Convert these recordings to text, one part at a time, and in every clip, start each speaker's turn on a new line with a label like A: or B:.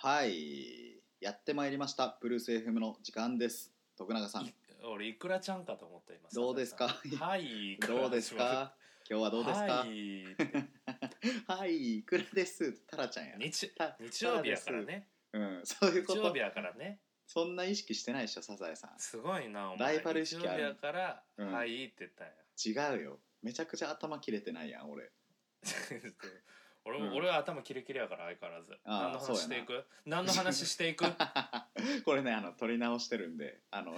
A: はい、やってまいりました。ブルース FM の時間です。徳永さん、
B: 俺いくらちゃんかと思っています
A: どうですか
B: はいいくら
A: どうです か。今日はどうですか
B: は。い
A: はい、いくらです。タラちゃんや。
B: 日
A: た
B: 日曜日やから。ね
A: タラですうん、そういうこ
B: 日曜
A: と
B: 日。やからね
A: そんな意識してないでしょ、サザエさん。
B: すごいなお
A: ラ
B: 前
A: イバル意識ある
B: 日曜日やから、
A: うん
B: はいって言ったんや
A: 違うよ。めちゃくちゃ頭切れてないやん、俺。
B: 俺も、
A: うん
B: 俺は頭キレキレやから相変わらず
A: あー
B: 何の話していく何の話して いく
A: これね、あの、撮り直してるんで、あ の、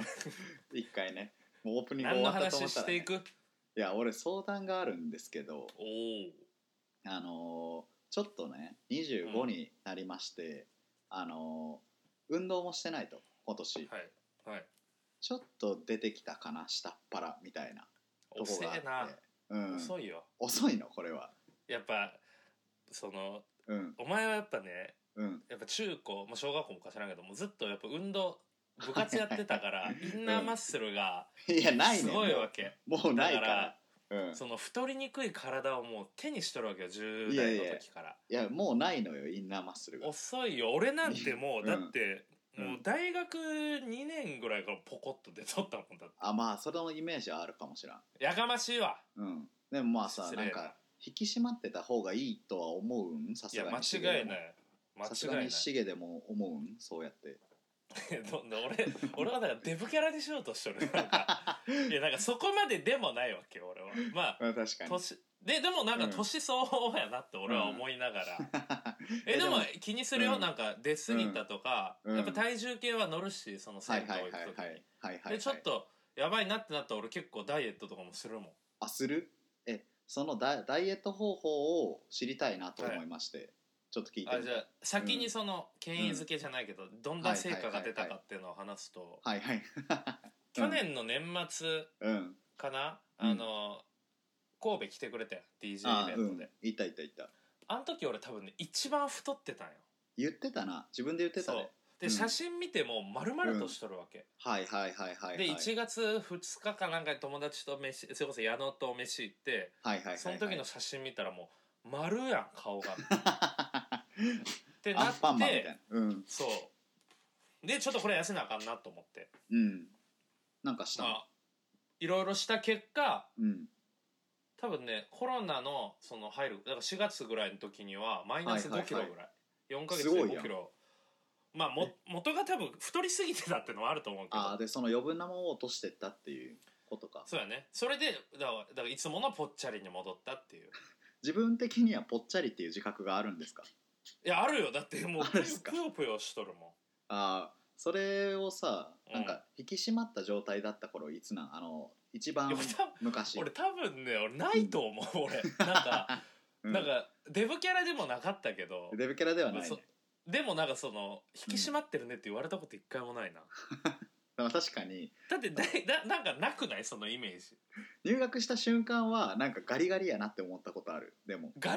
A: 一回ね、もうオープニング
B: 何
A: 終
B: の
A: わったと思
B: 話
A: った
B: し
A: ら
B: て
A: ね、
B: いく
A: いや、俺相談があるんですけど、
B: お
A: あのーちょっとね25になりまして、あのー運動もしてないと今年、
B: おはいはい
A: ちょっと出てきたかな下っ腹みたいなとこ
B: 遅
A: があっ
B: え
A: て
B: な、
A: うん、遅い
B: 遅いよ
A: のこれは
B: やっぱその
A: うん
B: お前はやっぱね
A: うん
B: やっぱ中高、まあ、小学校もかしらんけどもずっとやっぱ運動部活やってたから インナーマッスルが
A: いやないね
B: すごいわけ、
A: もうもうないからうん
B: その太りにくい体をもう手にしとるわけよ10
A: いやい
B: 代
A: や
B: の時から
A: いやもうないのよインナーマッスルが
B: 遅いよ俺なんても
A: う
B: うんだって、
A: うん
B: もう大学2年ぐらいからポコッと出とったもんだって
A: あまあそのイメージはあるかもしらん
B: やかましいわ
A: うんでもまあさ
B: 失
A: なん
B: 礼
A: か引き締まってた方がいいとは思うんさ
B: い
A: す
B: や
A: が
B: 間
A: にシゲ
B: 違
A: で
B: い
A: も
B: ない間
A: さすが
B: 違い
A: にシゲでも思うんそうやって
B: ない どんどん俺俺はだからデブキャラにしようとしとるなん かいやなんかそこまででもないわけよ俺はまあ
A: うん確かに
B: 年ででもな
A: う
B: んか
A: ん
B: 年相応やなって俺は思いながら、えでも気にするよ、
A: うん
B: なんか出過ぎたとか、
A: うん
B: やっぱ体重計は乗るしその
A: はい
B: 銭湯
A: は
B: 行
A: い
B: く時に、
A: はいはいはいはい
B: でちょっとやばいなってなったら俺結構ダイエットとかもするもん
A: あするえそのダダイエット方法を知りたいなと思いまして、ちょっと聞いて
B: あ
A: み
B: じ
A: て
B: ゃあ先にその権威づけじゃないけど、どんな成果が出たかっていうのを話すと、
A: はいはい
B: 去年の年末
A: うん
B: かな、
A: うん
B: あの神戸来てくれたよ DJ イ
A: あ
B: ベ
A: う
B: ント
A: ん
B: で
A: いたいたいた
B: あ,、ん、時俺多分ね一番太ってたんよ
A: 言ってたな自分で言ってた
B: そう
A: ね
B: で、
A: うん
B: 写真見ても丸々としとるわけ、
A: はいはいはいはいはい
B: で1月2日かなんかに友達と飯それこそ矢野と飯行って
A: はいはいはいはい
B: そ の時の写真見たらもう丸やん顔がっ
A: ア
B: てな
A: ンパン
B: っ
A: マンみ
B: て
A: たいなうん
B: そうでちょっとこれ痩せなあかんなと思って
A: うんなんかしたの
B: まあいろいろした結果
A: うん
B: 多分ねコロナのその入るだから4月ぐらいの時にはマイナス
A: はいはいは
B: 5
A: い
B: キロぐらい、4ヶ
A: す
B: 月
A: ごい
B: で
A: やん
B: 5キロまあも元が多分太りすぎてたってのはあると思うけ
A: あー
B: ど
A: でその余分なものを落としてったっていうことか
B: そうやねそれでだからだからいつものぽっちゃりに戻ったっていう
A: 自分的にはぽっちゃりっていう自覚があるんですか
B: いやあるよだっても う
A: ある
B: ぷよ
A: っすか
B: ぷよぷよしとるも
A: ああそれをさ
B: うん
A: なんか引き締まった状態だった頃いつなんあの一
B: んい
A: 番
B: や俺多分
A: 昔
B: 俺多分ね俺ないと思う俺なんか
A: うん
B: なんかデブキャラでもなかったけど
A: デブキャラではない、ね
B: そ、でもなんかその引き締まってるねって言われたこと一回もないな
A: でも確かに
B: だってだいだなんかなくないそのイメージ
A: 入学した瞬間はなんかガリガリやなって思ったことあるでも
B: ガリガ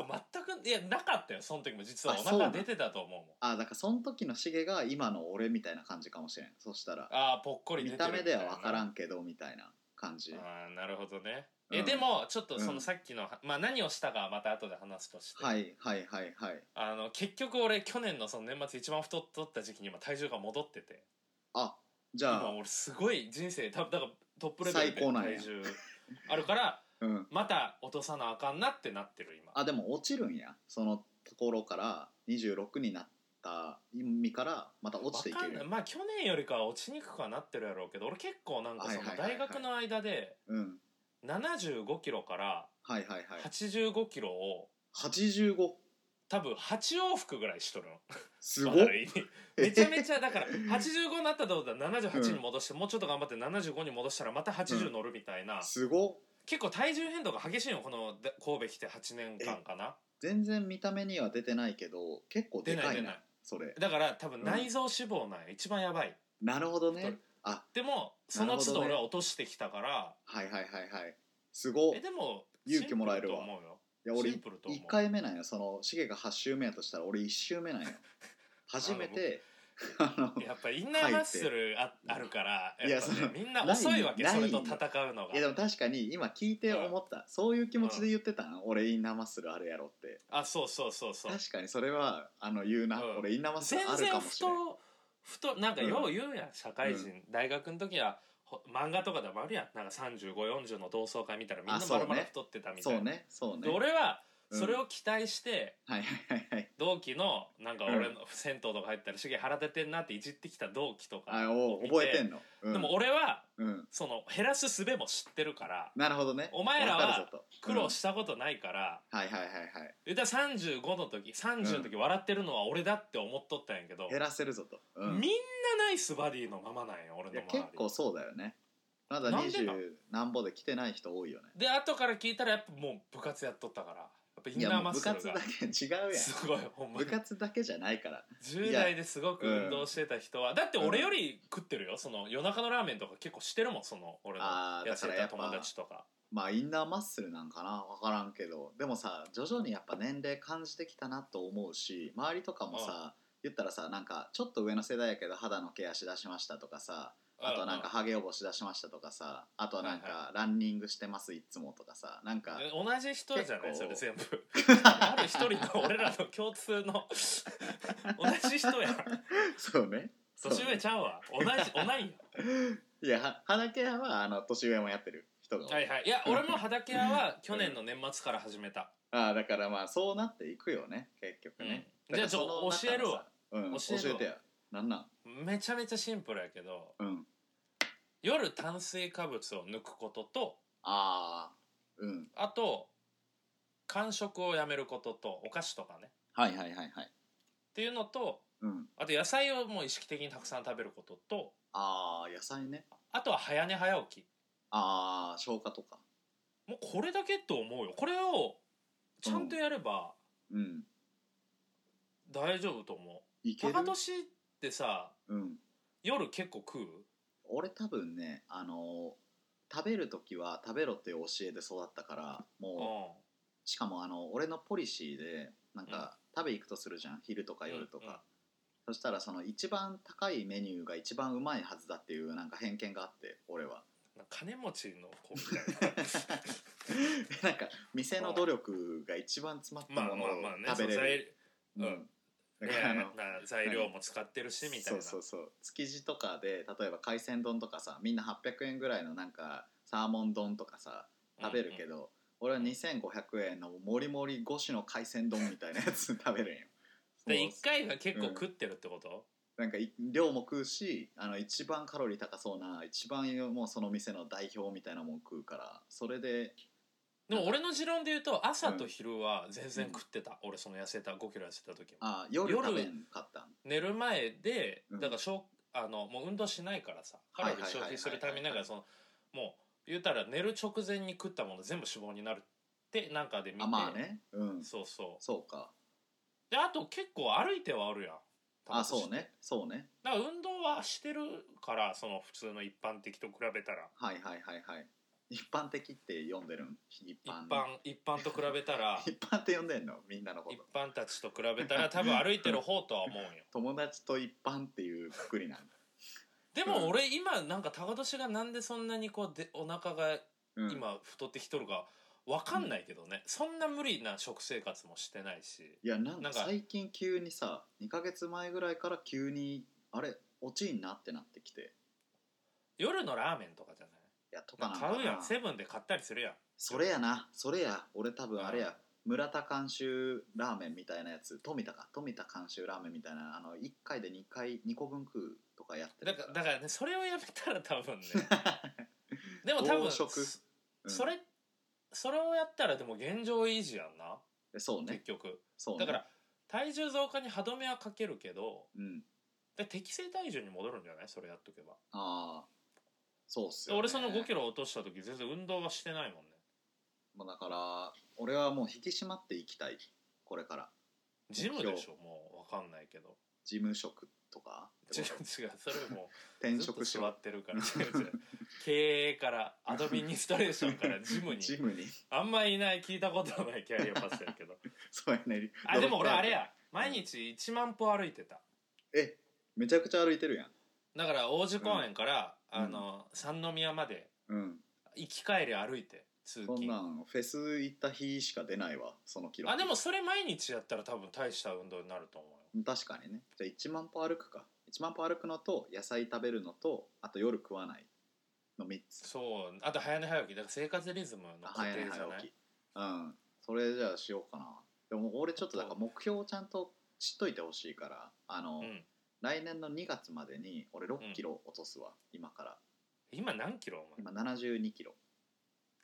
B: リでは全くいやなかったよその時も実は
A: あ
B: お
A: そうな
B: 腹
A: ん
B: 出てたと思うもん
A: ああだからその時のシゲが今の俺みたいな感じかもしれんそしたら
B: ああーぽっこり出
A: 見
B: てる
A: た目では分から
B: ん
A: んけどみたいな感じは
B: ああなるほどねえ、
A: うん
B: でもちょっとそうの
A: ん
B: さっきの、まあ何をしたかはまた後で話すとして、
A: いはいはいはい
B: あの結局俺去年のその年末一番太っとった時期に今体重が戻ってて
A: あじゃ
B: 今
A: あ
B: 俺すごい人生多分だからトップレベルで
A: 最高なんや
B: 体重あるから
A: うん
B: また落とさなあかんなってなってる今
A: あでも落ちるんやそのところから26になった意味からまた落ちてい
B: わ
A: け
B: かんない
A: る
B: まあ去年よりかは落ちにくくはなってるやろうけど俺結構なんかその
A: はいはいはいは
B: 大
A: い
B: 学の間で
A: うん
B: 7 5キロから
A: はいはいはい
B: 8 5キロを
A: 85
B: 多分8往復ぐらいしとるの
A: すご
B: わか
A: っ
B: る意味めちゃめちゃ だから85になったと思ったら78に戻して、もうちょっと頑張って75に戻したらまた80乗るみたいな、
A: すごっ
B: 結構体重変動が激しいのこのだ神戸来て8年間かな
A: 全然見た目には出てないけど結構でかいな
B: 出ない出ない
A: それ
B: だから多分内臓脂肪なんや、一番やばい
A: なるほど
B: 太
A: ね
B: る
A: あ
B: でもそ
A: なる
B: の都
A: ほど
B: 度
A: ね
B: 俺は落としてきたから、
A: はいはいはいはいすごっ
B: えでも
A: 勇気もらえるわ
B: シンプルと思うよ
A: いや俺
B: シンプルと思う
A: 1回目なんよそのシゲが8周目やとしたら俺1周目なんよ初めて あの
B: やっぱインナーマッスルああるから
A: いや
B: やっぱね
A: その
B: みんな遅いわけ
A: ない
B: そ
A: よ
B: れと戦うのが
A: いやでも確かに今聞いて思った、そういう気持ちで言ってたん俺インナーマッスルあるやろって
B: あそうそうそうそう
A: 確かにそれはあの言うな、
B: うん
A: 俺インナーマッスル
B: 全
A: ある
B: 然
A: かもし
B: ふ
A: れない
B: とふとなんか
A: うん
B: よう言うやん、社会人、
A: う
B: 大学の時はほ漫画とかでもあるやんなんか3540の同窓会見たらみんな
A: あそう
B: バ
A: ね
B: ラバラ太ってたみたい
A: そ
B: な、
A: うねそう
B: で
A: ね
B: 俺は
A: うん
B: それを期待して、
A: はいはいはいはい
B: 同期のなんか
A: うん
B: 俺の銭湯とか入ったら「しげ腹出てんな」っていじってきた同期とか
A: あ
B: を
A: お
B: 見
A: 覚えてんの、うん、
B: でも俺は
A: うん
B: その減らす術も知ってるから
A: なるほどね
B: お前らは
A: わかるぞと
B: 苦労
A: うん
B: したことないから、
A: はいはいはいはい
B: 言うたら35の時30の時笑ってるのは俺だって思っとったんやけど、
A: 減らせるぞと、うん、
B: み
A: い
B: んなナイスバディのままなんや俺の
A: や
B: 周り
A: 結構そうだよねまだ
B: なんで
A: 20
B: なん
A: 何歩で来てない人多いよね
B: で後から聞いたらやっぱもう部活やっとったからやっぱイン
A: いや
B: ナー
A: も
B: マ
A: う
B: ッ
A: 部
B: スル
A: 活だ
B: が
A: け違うやん
B: すごいほんま
A: 部
B: に
A: 活だけじゃないから
B: 10代ですごく運動してた人はだって俺より食ってるよその夜中のラーメンとか結構してるもんその俺の
A: あー
B: や
A: だ
B: つ
A: から
B: や
A: や
B: っ
A: っぱ
B: た友達とか
A: まあインナーマッスルなんかな分からんけどでもさ徐々にやっぱ年齢感じてきたなと思うし周りとかもさ言ったらさなんかちょっと上の世代やけど肌のケアしだしましたとかさあとはなんかハゲ予防しだしましたとかさあとはなん
B: はいは
A: かランニングしてますいつもとかさなんか
B: うん同じ人じゃない
A: 結
B: それ
A: 構
B: 全部ある一人の俺らの共通の同じ人や
A: そうねそう
B: 年上ちゃうわ同じ同いよ
A: いやは肌ケアはあの年上もやってる人が多い、
B: はいはいいや俺も肌ケアは去年の年末から始めた、
A: ああだからまあそうなっていくよね結局ね、
B: うんじゃあちょ
A: だからその中
B: 教えるわ
A: のさ、うん、
B: 教
A: 教
B: えるわ
A: えてやなんなん
B: めちゃめちゃシンプルやけど
A: うん
B: 夜炭水化物を抜くことと
A: ああうん
B: あと間食をやめることとお菓子とかねっ
A: はいはいはいはい
B: ていうのと
A: うん
B: あと野菜をもう意識的にたくさん食べることと
A: ああ野菜ね
B: あとは早寝早起き
A: ああ消化とか
B: もうこれだけと思うよこれをちゃんとやれば
A: うん
B: 大丈夫と思
A: いうける
B: 高年ってさ
A: うん
B: 夜結構食う
A: 俺多分ねあのー食べる時は食べろっていう教えで育ったから
B: う
A: もうんしかもあの俺のポリシーでなんか、食べ行くとするじゃん昼とか夜とか、
B: うんうん
A: そしたらその一番高いメニューが一番うまいはずだっていうなんか偏見があって俺 は
B: なんか金持ちの子みた い
A: な
B: な
A: んか店の努力が一番詰まった
B: まあ
A: ものを
B: まあまあねそ
A: 食
B: の
A: べれる、
B: 材,、うん
A: うん
B: ね
A: だ からあの、
B: な材料も使ってるしみたいな
A: そうそうそう築地とかで例えば海鮮丼とかさみんな800円ぐらいのなんかサーモン丼とかさ食べるけど、俺は2500円のもりもり5種の海鮮丼みたいなやつ 食べるんよ
B: で
A: そう
B: 1回が結構食ってるってこと、
A: なんかい量も食うしあの一番カロリー高そうな一番もうその店の代表みたいなもん食うからそれで
B: でも俺の持論で言うと朝と昼は全然食ってた、俺その痩せた5キロ痩せた時も
A: あ夜
B: 夜
A: 食べんかったん
B: 寝る前で
A: うん
B: だからしょうあのもう運動しないからさカロリー消費するためになん
A: はいはいはいはい
B: かそのもう言うたら寝る直前に食ったもの全部脂肪になるってなんかで見て
A: あまあねうん
B: そうそう
A: そうか
B: であと結構歩いてはあるやん
A: あそうねそうね
B: だから運動はしてるからその普通の一般的と比べたら
A: はいはいはいはい一般的って読んでるん一
B: 一
A: 般
B: 般一般と比べたら
A: 一般って呼んでんのみんなのこ
B: 一
A: と
B: 般たちと比べたら多分歩いてる方とは思うんよ
A: 友達と一般っていうくくりなんだ、
B: でも俺今なんか高年がなんでそんなにこうでお腹が
A: うん、
B: 今太ってきとるかわかんないけどね、そんな無理な食生活もしてないし
A: いやなん
B: な
A: か
B: んか
A: 最近急にさ2ヶ月前ぐらいから急にあれ落ちんなってなってきて
B: 夜のラーメンとかじゃない
A: いやとかなん
B: な
A: ん
B: か
A: かな
B: 買うやんセブンで買ったりするやん
A: それやなそれや俺多分あれや村田監修ラーメンみたいなやつ富田か富田監修ラーメンみたいなあの1回で2回2個分食うとかやって
B: だ
A: る
B: からだからねそれをやめたら 多分ねでも多分
A: 暴食
B: そ
A: うん
B: それそれをやったらでも現状維持やんな
A: そう
B: 結
A: ね
B: 局
A: そうね
B: だから体重増加に歯止めはかけるけど
A: うん
B: で適正体重に戻るんじゃないそれやっとけば、
A: ああそうっす
B: で
A: よ、ね、
B: 俺その5キロ落とした時全然運動はしてないもんね
A: もうだから俺はもう引き締まっていきたいこれから
B: ジムでしょもう分かんないけど
A: 事務職とか
B: 違う違うそれもう
A: 転
B: ずっと
A: 職し
B: 座
A: ろ
B: ってるから違う違う経営からアドミニストレーションからジム に
A: ジムに
B: あんまいない聞いたことないキャリアパスやけ ど
A: そうやね
B: あでも
A: ドロ
B: 俺
A: ップアウト
B: あれや毎日1万歩歩いてた
A: えめちゃくちゃ歩いてるやん
B: だから王子公園から、
A: うん
B: あの三宮まで
A: うん
B: 行き帰り歩いて通
A: そんな
B: 勤
A: んフェス行った日しか出ないわその記録
B: あでもそれ毎日やったら多分大した運動になると思うよ
A: 確かにねじゃあ1万歩歩くか1万歩歩くのと野菜食べるのとあと夜食わないの3つ
B: そうあと早寝早起きだから生活リズムの
A: あ
B: 過
A: 早寝
B: 程じゃない
A: 早起きうんそれじゃあしようかなでも俺ちょっとだから目標をちゃんと知っといてほしいからあの、
B: うん、
A: 来年の2月までに俺6キロ落とすわ、今から
B: 今何キロお前
A: 今72キロ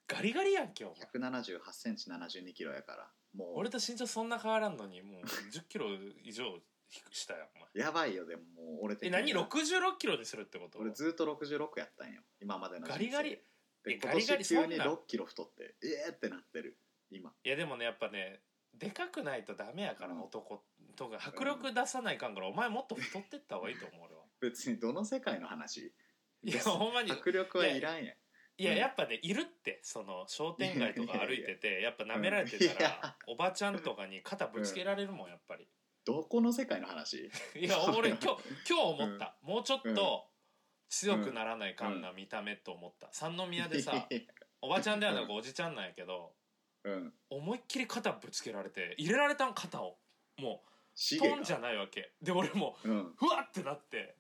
B: ガリガリやんけお前
A: 178センチ72キロやからも
B: 俺と身長そんな変わらんのにもう1 0キロ以上低くしたよお前
A: うやばいよでももう俺的
B: え
A: に
B: 何6 6キロにするってこと
A: 俺ずっと66やったんよ今までの人
B: ガ
A: 生
B: リガリ
A: で
B: え
A: 今
B: ガリガ
A: 年
B: リ
A: 急
B: そん
A: に
B: な
A: 6キロ太ってえーってなってる今
B: いやでもねやっぱねでかくないとダメやから、
A: うん
B: 男とか迫力出さないかんから、お前もっと太ってった方がいいと思う 俺は
A: 別にどの世界の話
B: いやほんまに
A: 迫力はいらんやん
B: いや
A: うん
B: やっぱねいるってその商店街とか歩いててやっぱ舐められてた
A: うんい
B: ら
A: や
B: おばちゃんとかに肩ぶつけられるもんやっぱり
A: どこの世界の話
B: いや俺今日今日思った、もうちょっと強くならないかんな、
A: う、
B: 見た目と思った三宮でさおばちゃんではなくおじちゃんなんやけど
A: うん
B: 思いっきり肩ぶつけられて入れられたん肩をもう
A: シゲ
B: ト
A: が
B: ンじゃないわけで俺も
A: うん
B: うふわってなって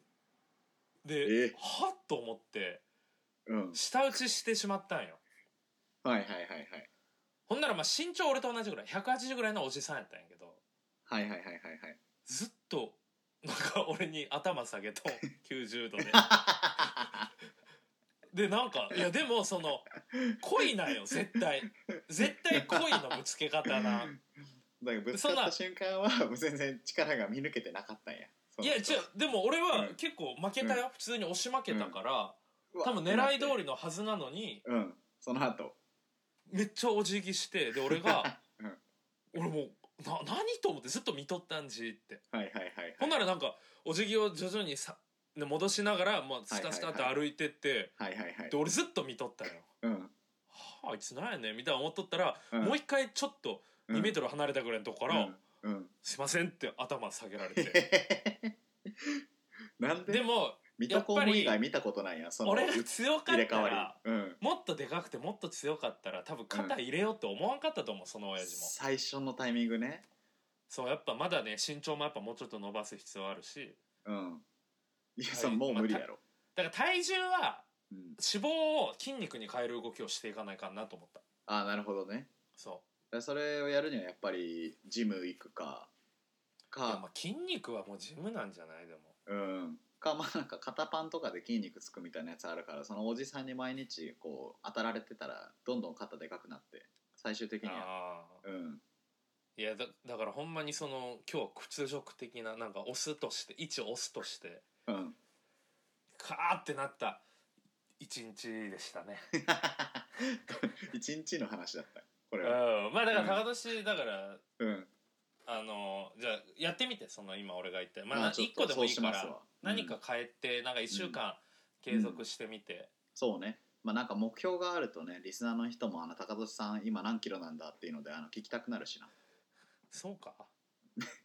A: え
B: で
A: え
B: はっと思って
A: うん
B: 舌打ちしてしまったんよ
A: はいはいはいはい
B: ほんならまあ身長俺と同じぐらい180ぐらいのおじさんやったんやけど
A: はいはいはいはいはい
B: ずっとなんか俺に頭下 げと90度ででなんかいやでもその恋なんよ絶対絶対恋のぶつけ方な
A: だからぶつかった瞬間はもう全然力が見抜けてなかったんや
B: いや違うでも俺は
A: うん
B: 結構負けたよ、普通に押し負けたから、
A: うわ
B: 多分狙い通りのはずなのに
A: うんその後、
B: めっちゃお辞儀してで俺が
A: うん
B: 俺もうな何と思ってずっと見とったんじって
A: はいはいはい
B: ほんならなんかお辞儀を徐々にさね戻しながら、まあ、スタスタって歩いてって、
A: はいはいはい
B: で俺ずっと見とったよ。
A: うん
B: はあ、あいつなんやねんみたいな思っとったら、
A: ん
B: もう一回ちょっと2メー
A: ト
B: トル離れたぐらいのとこ
A: ル
B: から「
A: うんうん
B: すいません」って頭下げられて
A: なん
B: で
A: で
B: も
A: 水戸黄門以外見たことないやんその
B: 俺が
A: 入
B: 強か
A: れ
B: っ
A: 替
B: た
A: わ
B: ら
A: りうん
B: もっとでかくてもっと強かったら多分肩入れようって思わんかったと思うその親父も
A: 最初のタイミングね
B: そうやっぱまだね身長もやっぱもうちょっと伸ばす必要あるし
A: うんいや
B: はい
A: それもう無理やろ、
B: だから体重は
A: うん、
B: 脂肪を筋肉に変える動きをしていかないかなと思った
A: ああなるほどね
B: そ
A: だからそれをやるにはやっぱりジム行くか
B: ういやま
A: か
B: あ筋肉はもうジムなんじゃないでも
A: うんかまあなんか肩パンとかで筋肉つくみたいなやつあるからそのおじさんに毎日こう当たられてたらどんどん肩でかくなって最終的には
B: ああ
A: うん
B: いやだだからほんまにその今日は屈辱的ななんか押すとして一押すとして
A: うん
B: カーってなった一日でした ね
A: 一日の話だったこ
B: う
A: れは
B: んまあだか
A: うん
B: ら高年だから
A: うん
B: あのじゃあやってみてその今俺が言ったま
A: ま
B: あ
A: あちょっ
B: 一
A: と
B: 個でもいいか
A: そうします
B: ら
A: わ
B: 何か変えてなんか1週間継続してみて
A: そうねまあなんか目標があるとねリスナーの人もあの高俊さん今何キロなんだっていうのであの聞きたくなるしな
B: そうか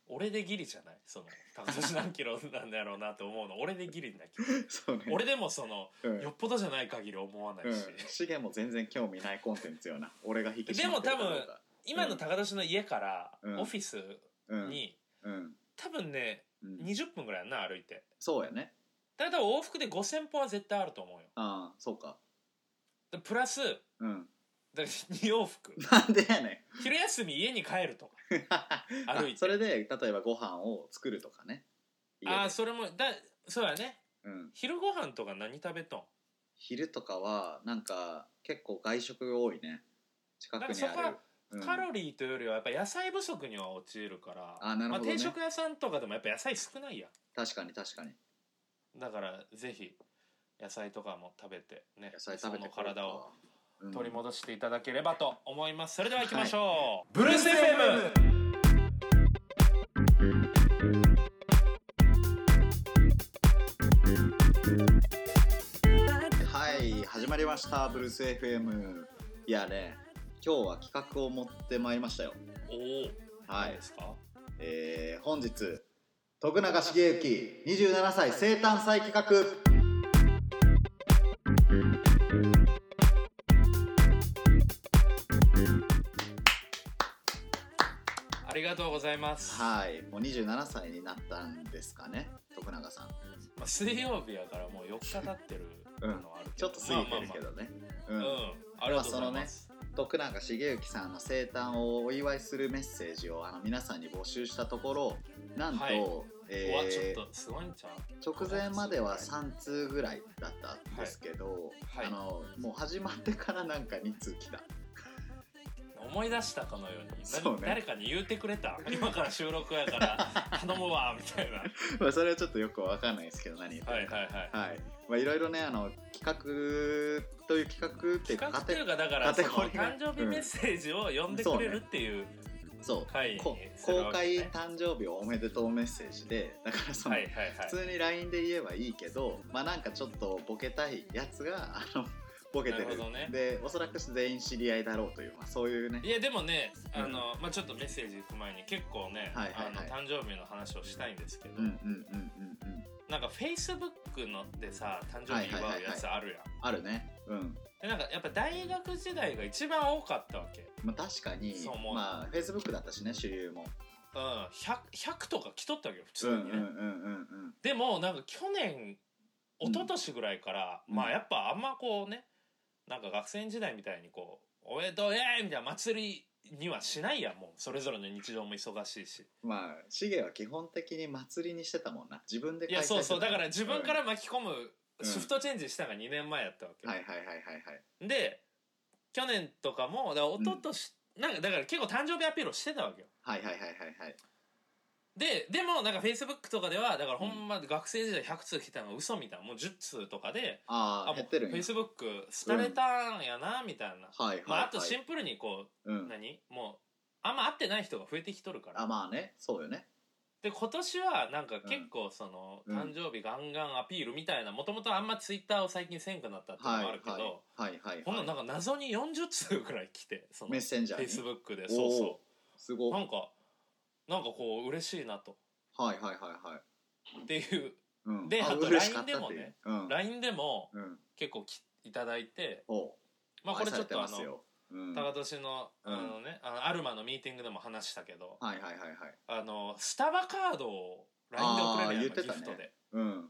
B: 俺でギリじゃないその高年何キロなんだろうなって思うの俺でギリな気が
A: そうね
B: 俺でもその
A: うん
B: よっぽどじゃない限り思わな
A: う
B: い
A: ん
B: し、
A: シゲも全然興味ないコンテンツよな俺が引き締まってるかどうか
B: 今の高年の家から
A: うん
B: オフィスに、
A: うんうん
B: 多分ね
A: うん
B: 20分ぐらいやな歩いて
A: そうやね
B: だいたい往復で5,000歩は絶対あると思うよ
A: ああそうか
B: でプラスだか
A: うん
B: ら2往復
A: なんでやね
B: 昼休み家に帰るとか
A: ん あ
B: 歩いて
A: それで例えばご飯を作るとかね家で
B: ああそれもだそうやね
A: うん、
B: 昼ご飯とか何食べとん
A: 昼とかはなんか結構外食が多いね近くに
B: なんかそこ
A: あ
B: は
A: る、うん、
B: カロリーというよりはやっぱ野菜不足には陥るから
A: あーなるほどね
B: まあ、定食屋さんとかでもやっぱ野菜少ないや
A: 確かに確かに
B: んだからぜひ野菜とかも食べてね
A: 野菜食べて
B: その体を
A: うん
B: 取り戻していただければと思います、それでは行きましょう、
A: ブルース FM はい始まりましたブルース FM いやね今日は企画を持ってまいりましたよ
B: おお
A: は
B: 何
A: い
B: ですか
A: えー本日徳永茂之27歳生誕祭企画
B: ありがとうございます、
A: はいもう27歳になったんですかね徳永さん
B: まあ、水曜日やからもう4日経ってる
A: うん
B: のはあるけ
A: ちょ
B: ど、
A: っと過ぎてるけどね
B: まあまあまあ、
A: うん
B: うんありがとうございます、
A: 徳永茂之さんの生誕をお祝いするメッセージをあの皆さんに募集したところなんと、
B: はい
A: え
B: うわち
A: ー
B: ょっとすごいんちゃう
A: 直前までは3通ぐらいだったんですけど、
B: はいはい
A: あのもう始まってからなんか2通来た
B: 思い出したかのようにな
A: そうね
B: 誰かに言うてくれた今から収録やから 頼むわみたいなは
A: まあそれはちょっとよくわかんないですけど何言って
B: い
A: るか
B: はいはい
A: はいまあいろいろねあの企画という企画っていう
B: 企
A: か
B: 画っていう
A: カ
B: かだからそ
A: カ
B: の
A: テゴリーが
B: 誕生日メッセージを読んでくれるっていう
A: テそう
B: 会に
A: こ
B: する
A: 公
B: わけ
A: 開
B: ね
A: 誕生日おめでとうメッセージでだからその、
B: はいはいはい
A: 普通に LINE で言えばいいけどまあなんかちょっとボケたいやつがあのボケてる
B: なるほどね
A: でおそらく全員知り合いだろうという、まあ、そういうね
B: いやでもね
A: うん
B: あの、まあ、ちょっとメッセージ行く前に結構ね、
A: はいはいはい
B: あの誕生日の話をしたいんですけど、
A: うんうんうんうんうん
B: なんかフェイスブックのでさ誕生日祝うやつあるやん、
A: あるねうん、
B: でなんかやっぱ大学時代が一番多かったわけ
A: まあ、確かに
B: そう思う
A: まあフェイスブックだったしね主流も
B: うん 100, 100とか来とったわけよ普
A: うんうん
B: 通にね、
A: うんうんうん
B: でもなんか去年一昨年ぐらいから、
A: うん
B: まあやっぱあんまこうねなんか学生時代みたいにこう「おめでとうイエーイ!」みたいな祭りにはしないやんもうそれぞれの日常も忙しいし
A: まあシゲは基本的に祭りにしてたもんな自分で
B: いや
A: 開催してた
B: そうそうだから自分か
A: う
B: ら巻き込む
A: うん
B: シフトチェンジしたのが2年前やったわけ、
A: んはいはいはいはいはい
B: で去年とかもだから一昨年、なんかだから結構誕生日アピールをしてたわけよ
A: はいはいはいはいはい
B: ででもなんかフェイスブックとかではだからほんま学生時代100通来たの嘘みたいなもう10通とかで
A: ああ
B: も
A: 減
B: う
A: って
B: フ
A: るん
B: ェ
A: や
B: イスブック廃れたんやなみたいな、
A: はいはいはい、
B: まあ、あとシンプルにこ
A: う
B: う、
A: ん、
B: 何もうあんま会ってない人が増えてきとるから
A: あまあねそうよね
B: で今年はなんか結構その、
A: うん
B: 誕生日ガンガンアピールみたいなもともとあんまツイッターを最近せんくなったっていうのもあるけど、
A: はいはいはいはい
B: ほんのなんか謎に40通ぐらい来てその
A: メッ
B: フ
A: センジャー
B: ェ
A: に
B: イスブックで
A: おー
B: そうそ
A: す
B: う
A: ご
B: な
A: はい
B: んかなんかこう嬉しいなと
A: はいはいはい
B: っていう
A: うん
B: で
A: あ
B: あと
A: 嬉しかったっていう
B: LINE でもね
A: うん
B: LINE でも
A: うん
B: 結構きいただいて
A: お
B: まあこれちょっとあ
A: 愛されてます
B: の
A: ようんは
B: 高年のあのねあのアルマのミーティングでも話したけど
A: いはいはいはい
B: あのスタバカードを LINE で送れるやん
A: あー言って
B: ギ
A: た
B: フ
A: ね
B: トで。
A: うん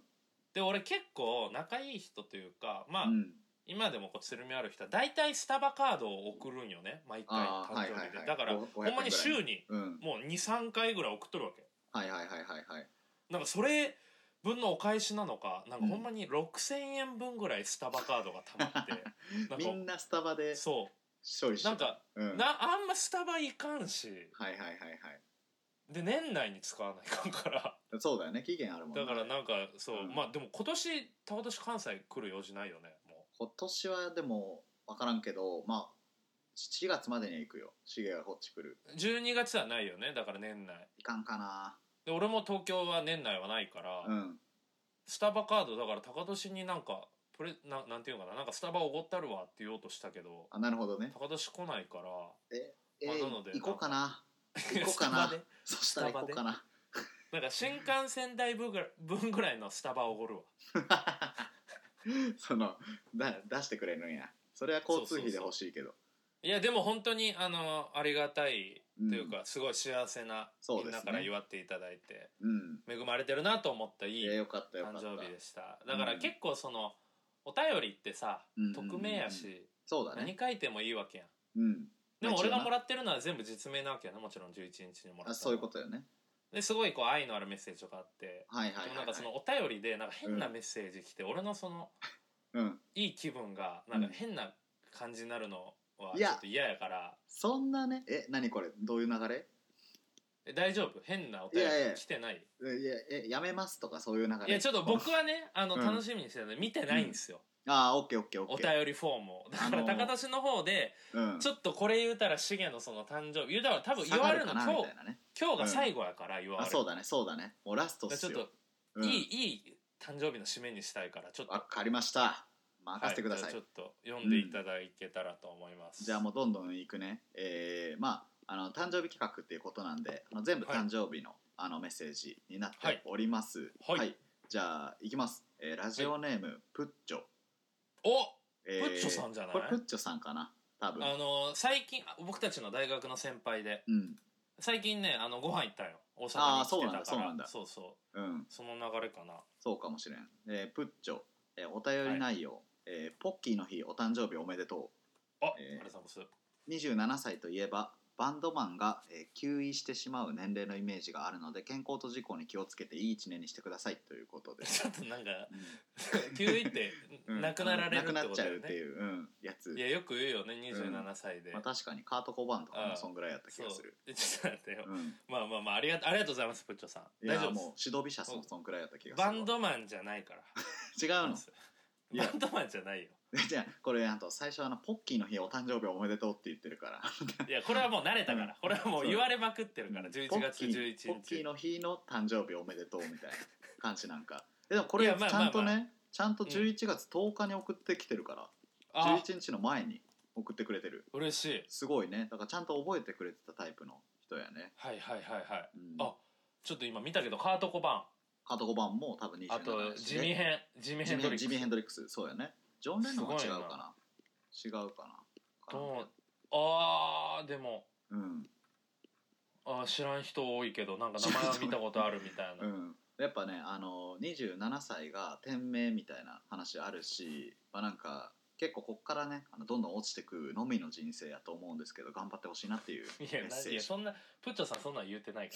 B: で俺結構仲いい人というかまあ、
A: うん
B: 今でもこうつるみある人は大体スタバカードを送るんよね毎回誕
A: あー
B: 生
A: は
B: 日
A: い
B: で、
A: はいはい
B: だから
A: お
B: ほんまに週に
A: うん
B: もう23回ぐらい送っとるわけ
A: はいはいはいはいはい
B: なんかそれ分のお返しなのかなんかほんまに6,000円分ぐらいスタバカードがた まってなんか
A: みんなスタバで
B: そ
A: 勝利
B: う
A: して
B: な
A: た
B: んか、
A: うん
B: なあんまスタバいかんし
A: はいはいはいはい
B: で年内に使わないかんから
A: そうだよね期限あるもんね
B: だからなんかそう、
A: うん
B: まあでも今年たわとし関西来る用事ないよねも
A: 今年はでも分からんけどまあ7月までには行くよシゲがこっち来る
B: う12月はないよねだから年内
A: いかんかな
B: で俺も東京は年内はないから、
A: うん
B: スタバカードだから高年になんかプレななんていうのかななんかスタバおごったるわって言おうとしたけど
A: あなるほどね
B: 高年来ないから
A: え
B: まあ
A: ー
B: なので
A: 行こうかな行こう
B: ス
A: か
B: タ
A: な
B: バで
A: そしたら行こうかな
B: なんか新幹線代分ぐらい分ぐらいのスタバおごるわ
A: そのだ出してくれるんやそれは交通費で欲しいけど
B: いやでも本当にあのありがたいというか、すごい幸せな
A: そう
B: み
A: で
B: ん
A: すね
B: なから祝っていただいて、
A: うん
B: 恵まれてるなと思ったい
A: い
B: い
A: やよかったよか
B: 誕
A: った
B: 生日でしただから
A: うん
B: 結構そのお便りってさ、
A: うんうんうんうん
B: 匿名やし
A: そうだ
B: 何
A: ね
B: 書いてもいいわけやん
A: うん
B: でも俺がも
A: ら
B: らってるのは全部実名なわけやなもちろん11日にもらったのは
A: あそういうことよね
B: ですごいこう愛のあるメッセージとかあって、
A: はいはい
B: でも
A: はは
B: ないんか
A: い
B: そのお便りでなんか変なメッセージ来て、俺のその
A: うん
B: いい気分がなんか変な感じになるのはいちょ
A: や
B: っと嫌やから、
A: そんなねえ何これどういう流れ
B: え大丈夫変なお便
A: いやいや
B: り来てないいや
A: えいやえやめますとかそういう流れ
B: ちょっと僕はねあの
A: うん
B: 楽しみにしてたので見てないんですよ、
A: ああオッケーオッケーオ
B: お
A: ッケー
B: 便りフォームをだから
A: あのー
B: 高田氏の方で
A: うん
B: ちょっとこれ言うたらシゲのその誕生日言うたら多分言わ
A: 下が
B: れ
A: る
B: るの
A: か
B: 今
A: な
B: 日
A: みたいなね
B: 今日が最後やから言われ
A: あ
B: る、
A: そうだねそうだねもうラストっ
B: だから
A: す
B: ちょっ
A: よ
B: と、
A: うん
B: いいいい誕生日の締めにしたいからちょっと
A: わかりました任せてくださ
B: はいじゃあちょっと読んでいただけたらと思います、
A: じゃあもうどんどん行くね。えーまああの誕生日企画っていうことなんで、あの全部誕生日の,、あのメッセージになっ
B: はい
A: ております
B: はい
A: じゃあいきます、えーラジオネーム、プッチョ、
B: お
A: えー
B: プッチョさんじゃない
A: これプッチョさんかな多分
B: あの最近あ僕たちの大学の先輩で
A: うん
B: 最近ねあのご飯行ったよ大阪
A: あ
B: に
A: ー
B: 来てたから
A: そうなんだ
B: そうそう
A: うん
B: その流れかな
A: そうかもしれん、えープッチョ、えーお便り内容、えーポッキーの日お誕生日おめでと
B: あ、
A: えー
B: ありがとうございます
A: う27歳といえばバンドマンが、えー休位してしまう年齢のイメージがあるので健康と事故に気をつけていい1年にしてくださいということで、
B: ちょっとなんか
A: うん
B: 急にって
A: うん
B: なくなられるって
A: なくなっ
B: こと
A: ちゃ
B: だ
A: う
B: よ
A: って
B: ね
A: いう、うん、やつ
B: いやよく言うよね27歳で、
A: まあ、確かにカート・コバーンとか
B: あ
A: も
B: あ
A: そんぐらいやった気
B: そう
A: がする
B: えちょっと待ってよ、
A: うん
B: まあまあまあありがありがとうございますプッチョさん
A: い
B: 大
A: や
B: 丈夫
A: もう指導美写さん
B: う
A: も
B: ん
A: そんくらいやった気
B: で
A: が
B: す
A: する
B: バ
A: わ
B: ンドマンじゃないから
A: 違うの い
B: バ
A: や
B: ンドマンじゃないよ
A: じゃあこれあと最初あのポッキーの日お誕生日おめでとうって言ってるから
B: いやこれはもう慣れたから、
A: うん
B: これはもう言われまくってるから、
A: ポ
B: 11
A: ッ
B: 月
A: キー
B: 11
A: ポッキー
B: 日
A: の日の誕生日おめでとうみたいな感じなんかえでもこ
B: い
A: れ
B: や
A: ち
B: まあ
A: ゃんとね、
B: まあ
A: ちゃんと11月10日に送ってきてるから、
B: あ
A: 11日の前に送ってくれてる
B: 嬉しい
A: すごいねだからちゃんと覚えてくれてたタイプの人やね、
B: はいはいはいはい
A: うん、
B: あちょっと今見たけどカート・コバ
A: カート・コバーンも多分27
B: ーンあと
A: 歳
B: ジミヘンジミヘ
A: ジ
B: ン
A: ミヘ
B: ド
A: ン
B: リ
A: ジミヘン
B: ック
A: ドリックスそうやねジョン・レノンは違
B: す
A: う
B: ごいな
A: かな違うか
B: ス
A: な
B: どうあーでも
A: うん、
B: あー知らん人多いけどなんか名前は見たことあるみたいな、
A: うん、やっぱねあの27歳が天命みたいな話あるし、まあ、なんか結構こっからねあのどんどん落ちてくのみの人生やと思うんですけど頑張ってほしいなっていうメ
B: いや
A: ッ
B: な
A: セ
B: い
A: ー
B: や
A: ジ
B: そんなプッチョさんそんなん言うてないか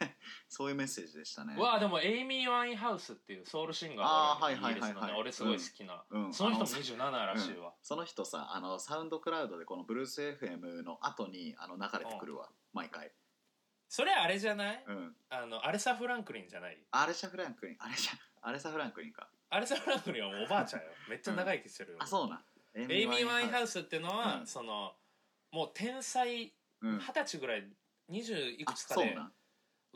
B: ら
A: そういうメッセージでしたね
B: わあでもエイミー・ワインハウスっていうソウルシンガー
A: あー
B: がおる
A: はい
B: イギリスの
A: はい
B: ね
A: はいはい
B: 俺すごい好きな、
A: うん、
B: その人も
A: あ
B: 27らしいわ、
A: その人さあのサウンドクラウドでこのブルース FM の後にあの流れてくるわ毎回、
B: それあれじゃない
A: うん、
B: あのアレサ・フランクリンじゃない
A: アレシャ・フランクリンアレシャアレサ・フランクリンか
B: アレサ・フランクリンはもうおばあちゃ んよめっちゃ長生きしてるよ、
A: あそうなんエ
B: エイミー・ワインハ
A: ウ
B: ウスっていうのは、
A: うん
B: そのもう天才
A: ス、うん
B: 二、十歳ぐらい20いく
A: あ
B: つか
A: そう
B: で
A: なん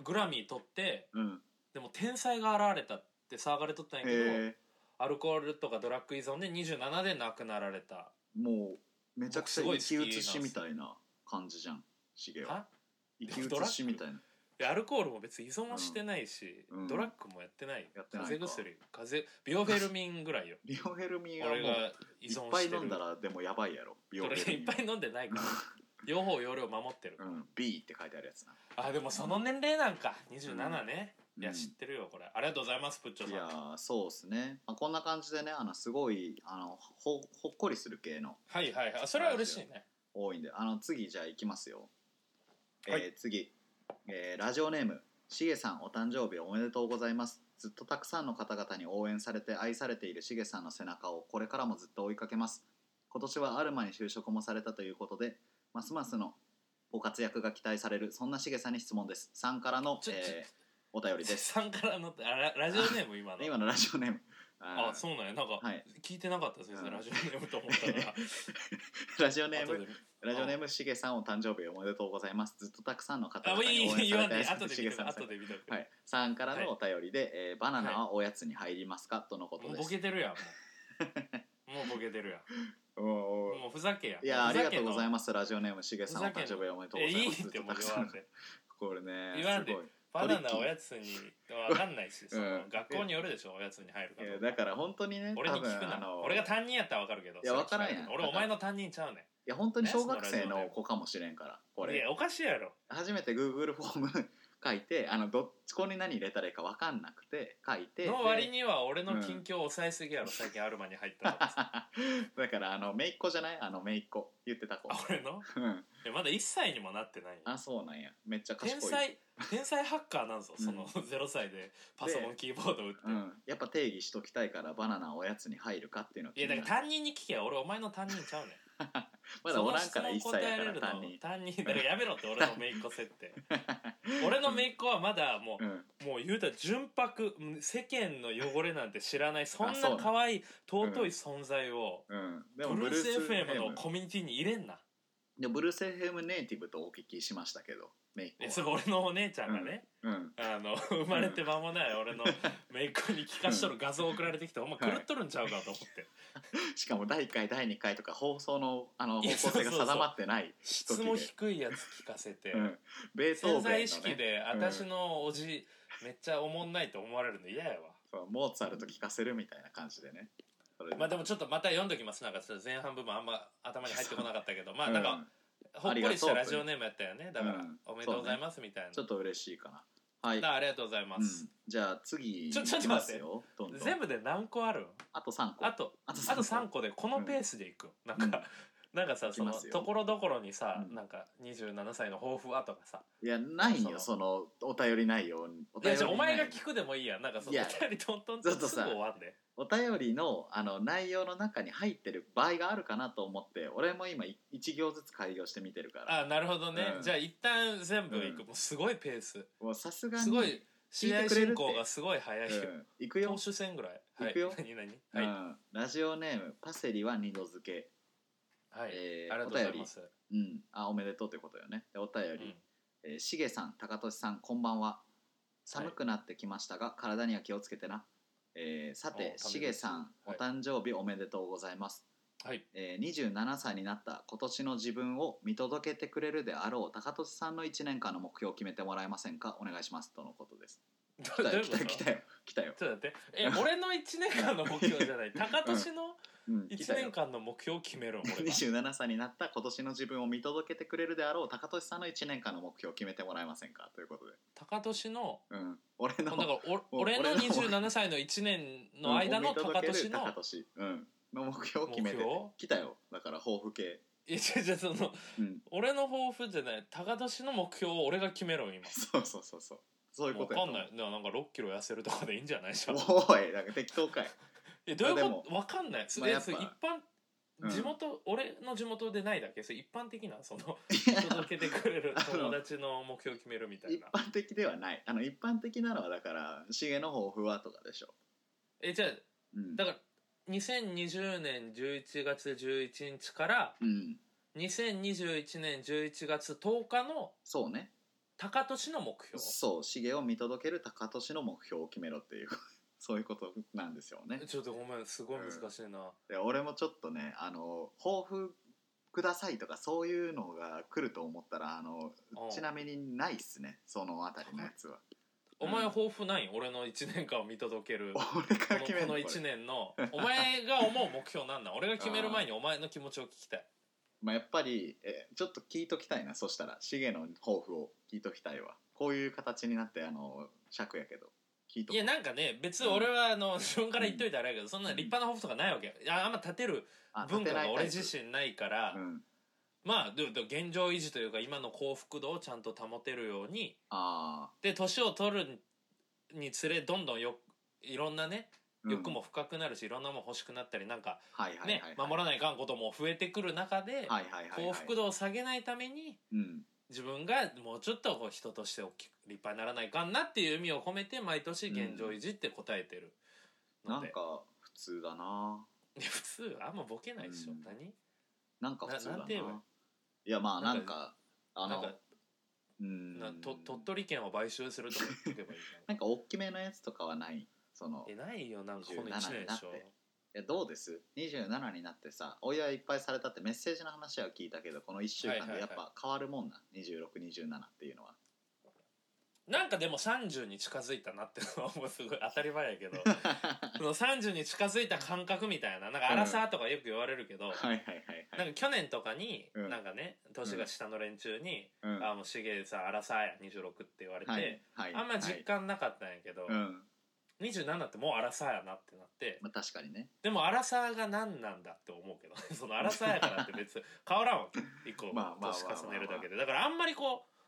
B: グラミー取って
A: うん
B: でも天才が現れたって騒がれとったんやけど、
A: へえ
B: アルコールとかドラッグ依存で27で亡くなられた
A: もうめちゃくちゃ生
B: 僕
A: き
B: すごい好きなん
A: 写
B: です
A: しみたいな感じじゃんシゲは
B: あ
A: 生
B: で
A: き
B: もドラ
A: 写
B: ッグ
A: しみたいな
B: でアルコールも別に依存はしてないし、
A: うん
B: ドラッグもやってない
A: やってないか
B: 風邪薬風邪ビオフェルミンぐらいよ
A: ビオフェルミンはもう
B: 俺が依
A: いっ
B: 存
A: ぱい
B: してる
A: 飲んだらでもやばいやろビオ
B: そ
A: フ
B: れ
A: ェル
B: い
A: ミ
B: っ
A: ン
B: ぱい飲んでないから両方容量守ってる、
A: うん B って書いてあるやつな
B: あでもその年齢なんか27ね、
A: うん
B: いや知ってるよこれありがとうございますプッチョ
A: い
B: さん
A: やーそうっすね、まあ、こんな感じでねあのすごいあのほほっこりする系の
B: はいはいはいそれは嬉しいね
A: 多いんであの次じゃあ行きますよ、えー
B: はい
A: 次、えーラジオネームしげさんお誕生日おめでとうございますずっとたくさんの方々に応援されて愛されているしげさんの背中をこれからもずっと追いかけます今年はアルマに就職もされたということでますますのご活躍が期待されるそんなしげさんに質問ですさんからの
B: ちょ、
A: えーお便りです
B: さんからのあララジオネーム今の
A: 今のラジオネーム
B: あ
A: ー
B: そうなんやなんか、
A: はい
B: 聞いてなかった先生、
A: うん
B: ラジオネームと思ったから
A: ラジオネー
B: 後
A: ム
B: で
A: ラジオネームしげさんお誕生日おめでとうございますずっとたくさんの方
B: あも
A: 々
B: うい
A: に
B: い
A: 応
B: い
A: 援さ
B: い言
A: れ
B: わ
A: て
B: ない
A: 愛され
B: 後
A: て
B: で
A: しげ
B: 見
A: さ
B: と
A: んの背
B: く後で見とく、
A: はい、さんからのお便りで、えーバナナはおやつに入りますか、とのこと
B: もう
A: で
B: ボ
A: す。
B: ケてるやんもう もうボケてるやん
A: おうおう
B: もうふざけや
A: いやありがとうござい
B: ま
A: ますラジオネームしげさんお
B: ふざけ
A: 誕
B: んな
A: 生日おめでとう
B: え
A: ござ
B: い
A: い
B: い
A: ま
B: っ
A: す。
B: ても
A: ずっとたく
B: う言わん
A: さん
B: で
A: これね
B: 言わんです
A: ごい。
B: バナナおやつにわかんないしその
A: うん
B: 学校によるでしょおやつに入るか
A: い
B: どう
A: や
B: か
A: だから本当にね
B: 俺に
A: 多分
B: 聞く
A: あ
B: な
A: の
B: 俺が担任やったらわかるけど
A: いやわ
B: そ
A: か
B: れ
A: らん
B: 聞
A: やん
B: ない俺お前の担任ちゃうね
A: いや本当に小学生
B: ねその
A: の
B: ラジオネーム
A: 子かもしれんからこ
B: んい
A: れ
B: やおかしいやろ
A: 初めて Google フォーム 書いてあのどっちこに何入れたらいいかわかんなくて書いて
B: の割
A: で
B: には俺の近況を抑えすぎやろ最近アルマに入ったからさ
A: だからあのめいっ子じゃないあのめいっ子言ってた子
B: あ俺の
A: うん
B: いやまだ1歳にもなってないよ
A: あそうなんやめっちゃ賢い
B: 天才天才ハッカーなんぞ
A: うん
B: その0歳 でパソコンキーボード打って
A: うん、やっぱ定義しときたいからバナナおやつに入るかっていうのを
B: いやだから
A: ら
B: 担任に聞けよ俺お前の担任ちゃうねん
A: まだおらんから一切やから担
B: その質問答えれるの
A: 任
B: 担任だからやめろって俺の姪っ子設定俺の姪っ子はまだも う
A: うん
B: もう言うたら純白うん世間の汚れなんて知らないそん
A: あそう
B: な
A: なの
B: 可愛い尊い存在を、
A: うんで
B: ブ
A: もブ
B: ル
A: ル
B: ー
A: ー
B: ス
A: ス
B: FM
A: FM
B: のコミュニティに入れんな
A: でブルース FM ネイティブとお聞きしましたけどメイク
B: えそれ俺のお姉ちゃんがね、
A: うん
B: あの生まれて間もない俺の姪っ子に聞かしとる画像送られてきて、お前狂っとるんちゃうかと思って、
A: しかも第1回第2回とか放送のあの方
B: いや
A: 向性が
B: そうそうそう
A: 定まってない
B: 質も低いやつ聞かせて、
A: うんベート
B: 潜
A: ーベンの、
B: 在
A: ね、
B: 意識で
A: うん
B: 私のおじ、めっちゃおもんないと思われるの嫌やわ
A: そうモーツァルト聞かせるみたいな感じでねそれ
B: まあでもちょっとまた読んどきますなんかちょっと前半部分あんま頭に入ってこなかったけどまあ
A: うん
B: なんかほっこりしたラジオネームやったよねだから
A: うん
B: おめでとうございますみたいな、
A: ちょっと嬉しいかなはい
B: だからありがとうございます、
A: うんじゃあ次
B: ちょち
A: い
B: ょ
A: き
B: っと
A: ま
B: 待っ
A: す
B: て
A: よどんどん
B: 全部で何個ある
A: あと3個
B: あと
A: あと
B: あと3個でこのペースでいく、なんか、なんかさ
A: いき
B: その
A: ますよ
B: ところどころにさ、
A: うん
B: なんか27歳の抱負はとかさ
A: いやないよそ
B: そ
A: のお便り内容にお
B: い
A: 便
B: や
A: り
B: じゃあお前が
A: 内容
B: 聞くでもいいやなんかそ
A: い
B: の
A: や
B: 2人トントン
A: ちょ
B: と
A: っと
B: すぐ
A: さ
B: 終わんで
A: お便りのあの内容の中に入ってる場合があるかなと思って俺も今1行ずつ開業してみてるから
B: あなるほどね、
A: うん
B: じゃあ一旦全部いく、
A: うん
B: もうすごいペース
A: もうさすがに
B: すごい試合進行がすごい
A: うん
B: 早いよ、
A: いくよ
B: 投手戦ぐらい
A: いくよ
B: はい 何何
A: う
B: はい、
A: んラジオネームパセリは二度漬け、
B: はい
A: えー
B: ありがとうございます、
A: お便り、うん、あおめでとうということよねでお便
B: うん
A: り、えーしげさん高俊さんこんばんは寒くなってきましたが、体には気をつけてな、えーさて
B: お
A: しげさんお
B: お
A: 誕生日おめでとうございます、
B: はい
A: えー27歳になった今年の自分を見届けてくれるであろう高俊さんの1年間の目標を決めてもらえませんかお願いしますとのこと です
B: ど
A: 来た
B: どう
A: よ
B: いう
A: 来
B: こ
A: た
B: と
A: よ来たよ来たよ、
B: ちょっと待ってえ俺の1年間の目標じゃない高年の
A: うん、来
B: 1
A: たよ
B: 年間の目標を決 める俺が
A: 27歳になった今年の自分を見届けてくれるであろう高俊さんの1年間の目標を決めてもらえませんかということで、
B: 高年の
A: うん、俺
B: だから
A: の
B: お俺の
A: 俺の
B: 27歳の1年の間の高年の
A: 高俊、うん、の目標を
B: 目
A: 決めて
B: 標
A: 来たよだから抱負系、
B: いや違う違うその
A: うん、
B: 俺の抱負じゃない高年の目標を俺が決めろ今
A: そうそうそうそうそういうこ
B: わ
A: と
B: か
A: と
B: ん
A: 思う
B: ないでもなんか6キロ痩せるとかでいいんじ ゃないじゃん
A: おいなんか適当 かい
B: えどう
A: ま
B: い
A: あ
B: う
A: でも
B: ことわかんない、そ
A: まあ
B: え
A: やっぱ
B: それ一
A: うん
B: 般地元、俺の地元でないだけそれ一般的なそ の
A: いや
B: 届けてくれる
A: あの
B: 友達の目標を決めるみたい
A: 一
B: な
A: 般的ではないあの一般的なのはだから「シゲの抱負は」とかでしょ、
B: えじゃあ
A: うん、
B: だから2020年11月11日から
A: うん
B: 2021年11月10日の
A: そうね
B: 高年の目標
A: そうシゲを見届ける高俊の目標を決めろっていう そういうことなんですよね
B: ちょっとごめんすごい難しいな、
A: で俺もちょっとねあの抱負くださいとかそういうのが来ると思ったらあの
B: おう
A: ちなみにないっすねそのあたりのやつは
B: お前抱負ないん俺の1年間を見届 けるこ
A: 俺が
B: の
A: 決め
B: こ
A: る
B: の
A: こ
B: 1
A: れ
B: 年のお前が思う目標なんなん俺が決める前にお前の気持ちを聞きたい
A: まあ、やっぱりえちょっと聞いときたいなそしたらシゲの抱負を聞いときたいわこういう形になってあの尺やけど聞いと
B: いやなんかね別に俺はあの自分から言っといたらあれやけどそんな立派な抱負とかないわけいやあんま立てる
A: あ立
B: 文
A: て
B: 化
A: な
B: が
A: い
B: 俺
A: タイプ
B: 自身ないから
A: うん、
B: まあでもでも現状維持というか今の幸福度をちゃんと保てるように
A: あ
B: で年を取るにつれどんどんよいろんなね
A: ーうん
B: 欲も深くなるし、いろんなもん欲しくなったりなんか
A: はいはいはい
B: ね
A: はい、
B: 守らないかんことも増えてくる中
A: はい
B: で、
A: はいはいはい
B: 幸福度を下げないために
A: うん
B: 自分がもうちょっとこう人として大きく立派にならないかんなっていう意味を込めて毎年現状維持って答えてる
A: な
B: の
A: ん
B: で、
A: か普通だない
B: や普通あんまボケないでしょ、
A: うん
B: 何
A: なんか普通だな
B: ななんて言えばいい
A: いやまあな
B: なんん
A: かあ
B: な
A: の
B: んか
A: うん
B: なと鳥取県を買収するとか言ってけばいい
A: なんか大きめのやつとかはないその
B: じゃんえないよなんかこの1年でし
A: 17に
B: ょ
A: なってえどうです27になってさお祝いいっぱいされたってメッセージの話は聞いたけどこの1週間
B: は
A: で
B: い
A: や
B: は
A: っ
B: いはい
A: ぱ変わるもんな、2627っていうのは
B: なんかでも30に近づいたなってのはもうすごい当たり前やけ どその30に近づいた感覚みたいななんか荒さとかよく言われるけど、
A: はいはいはいは
B: ないんか去年とかに、
A: うん
B: なんかね年が下の連中に
A: うん
B: 「ああもうしげさん荒さや26」って言われて、
A: はいはい
B: あんま実感なかったんやけど、
A: はいうん
B: 27ってもう荒さやなってなって
A: まあ、確かにね
B: でも荒さが何なんだって思うけど その荒さやからって別に 変わらんわけ一個
A: まあまあまあ
B: 年重ねるだけでだからあんまりこう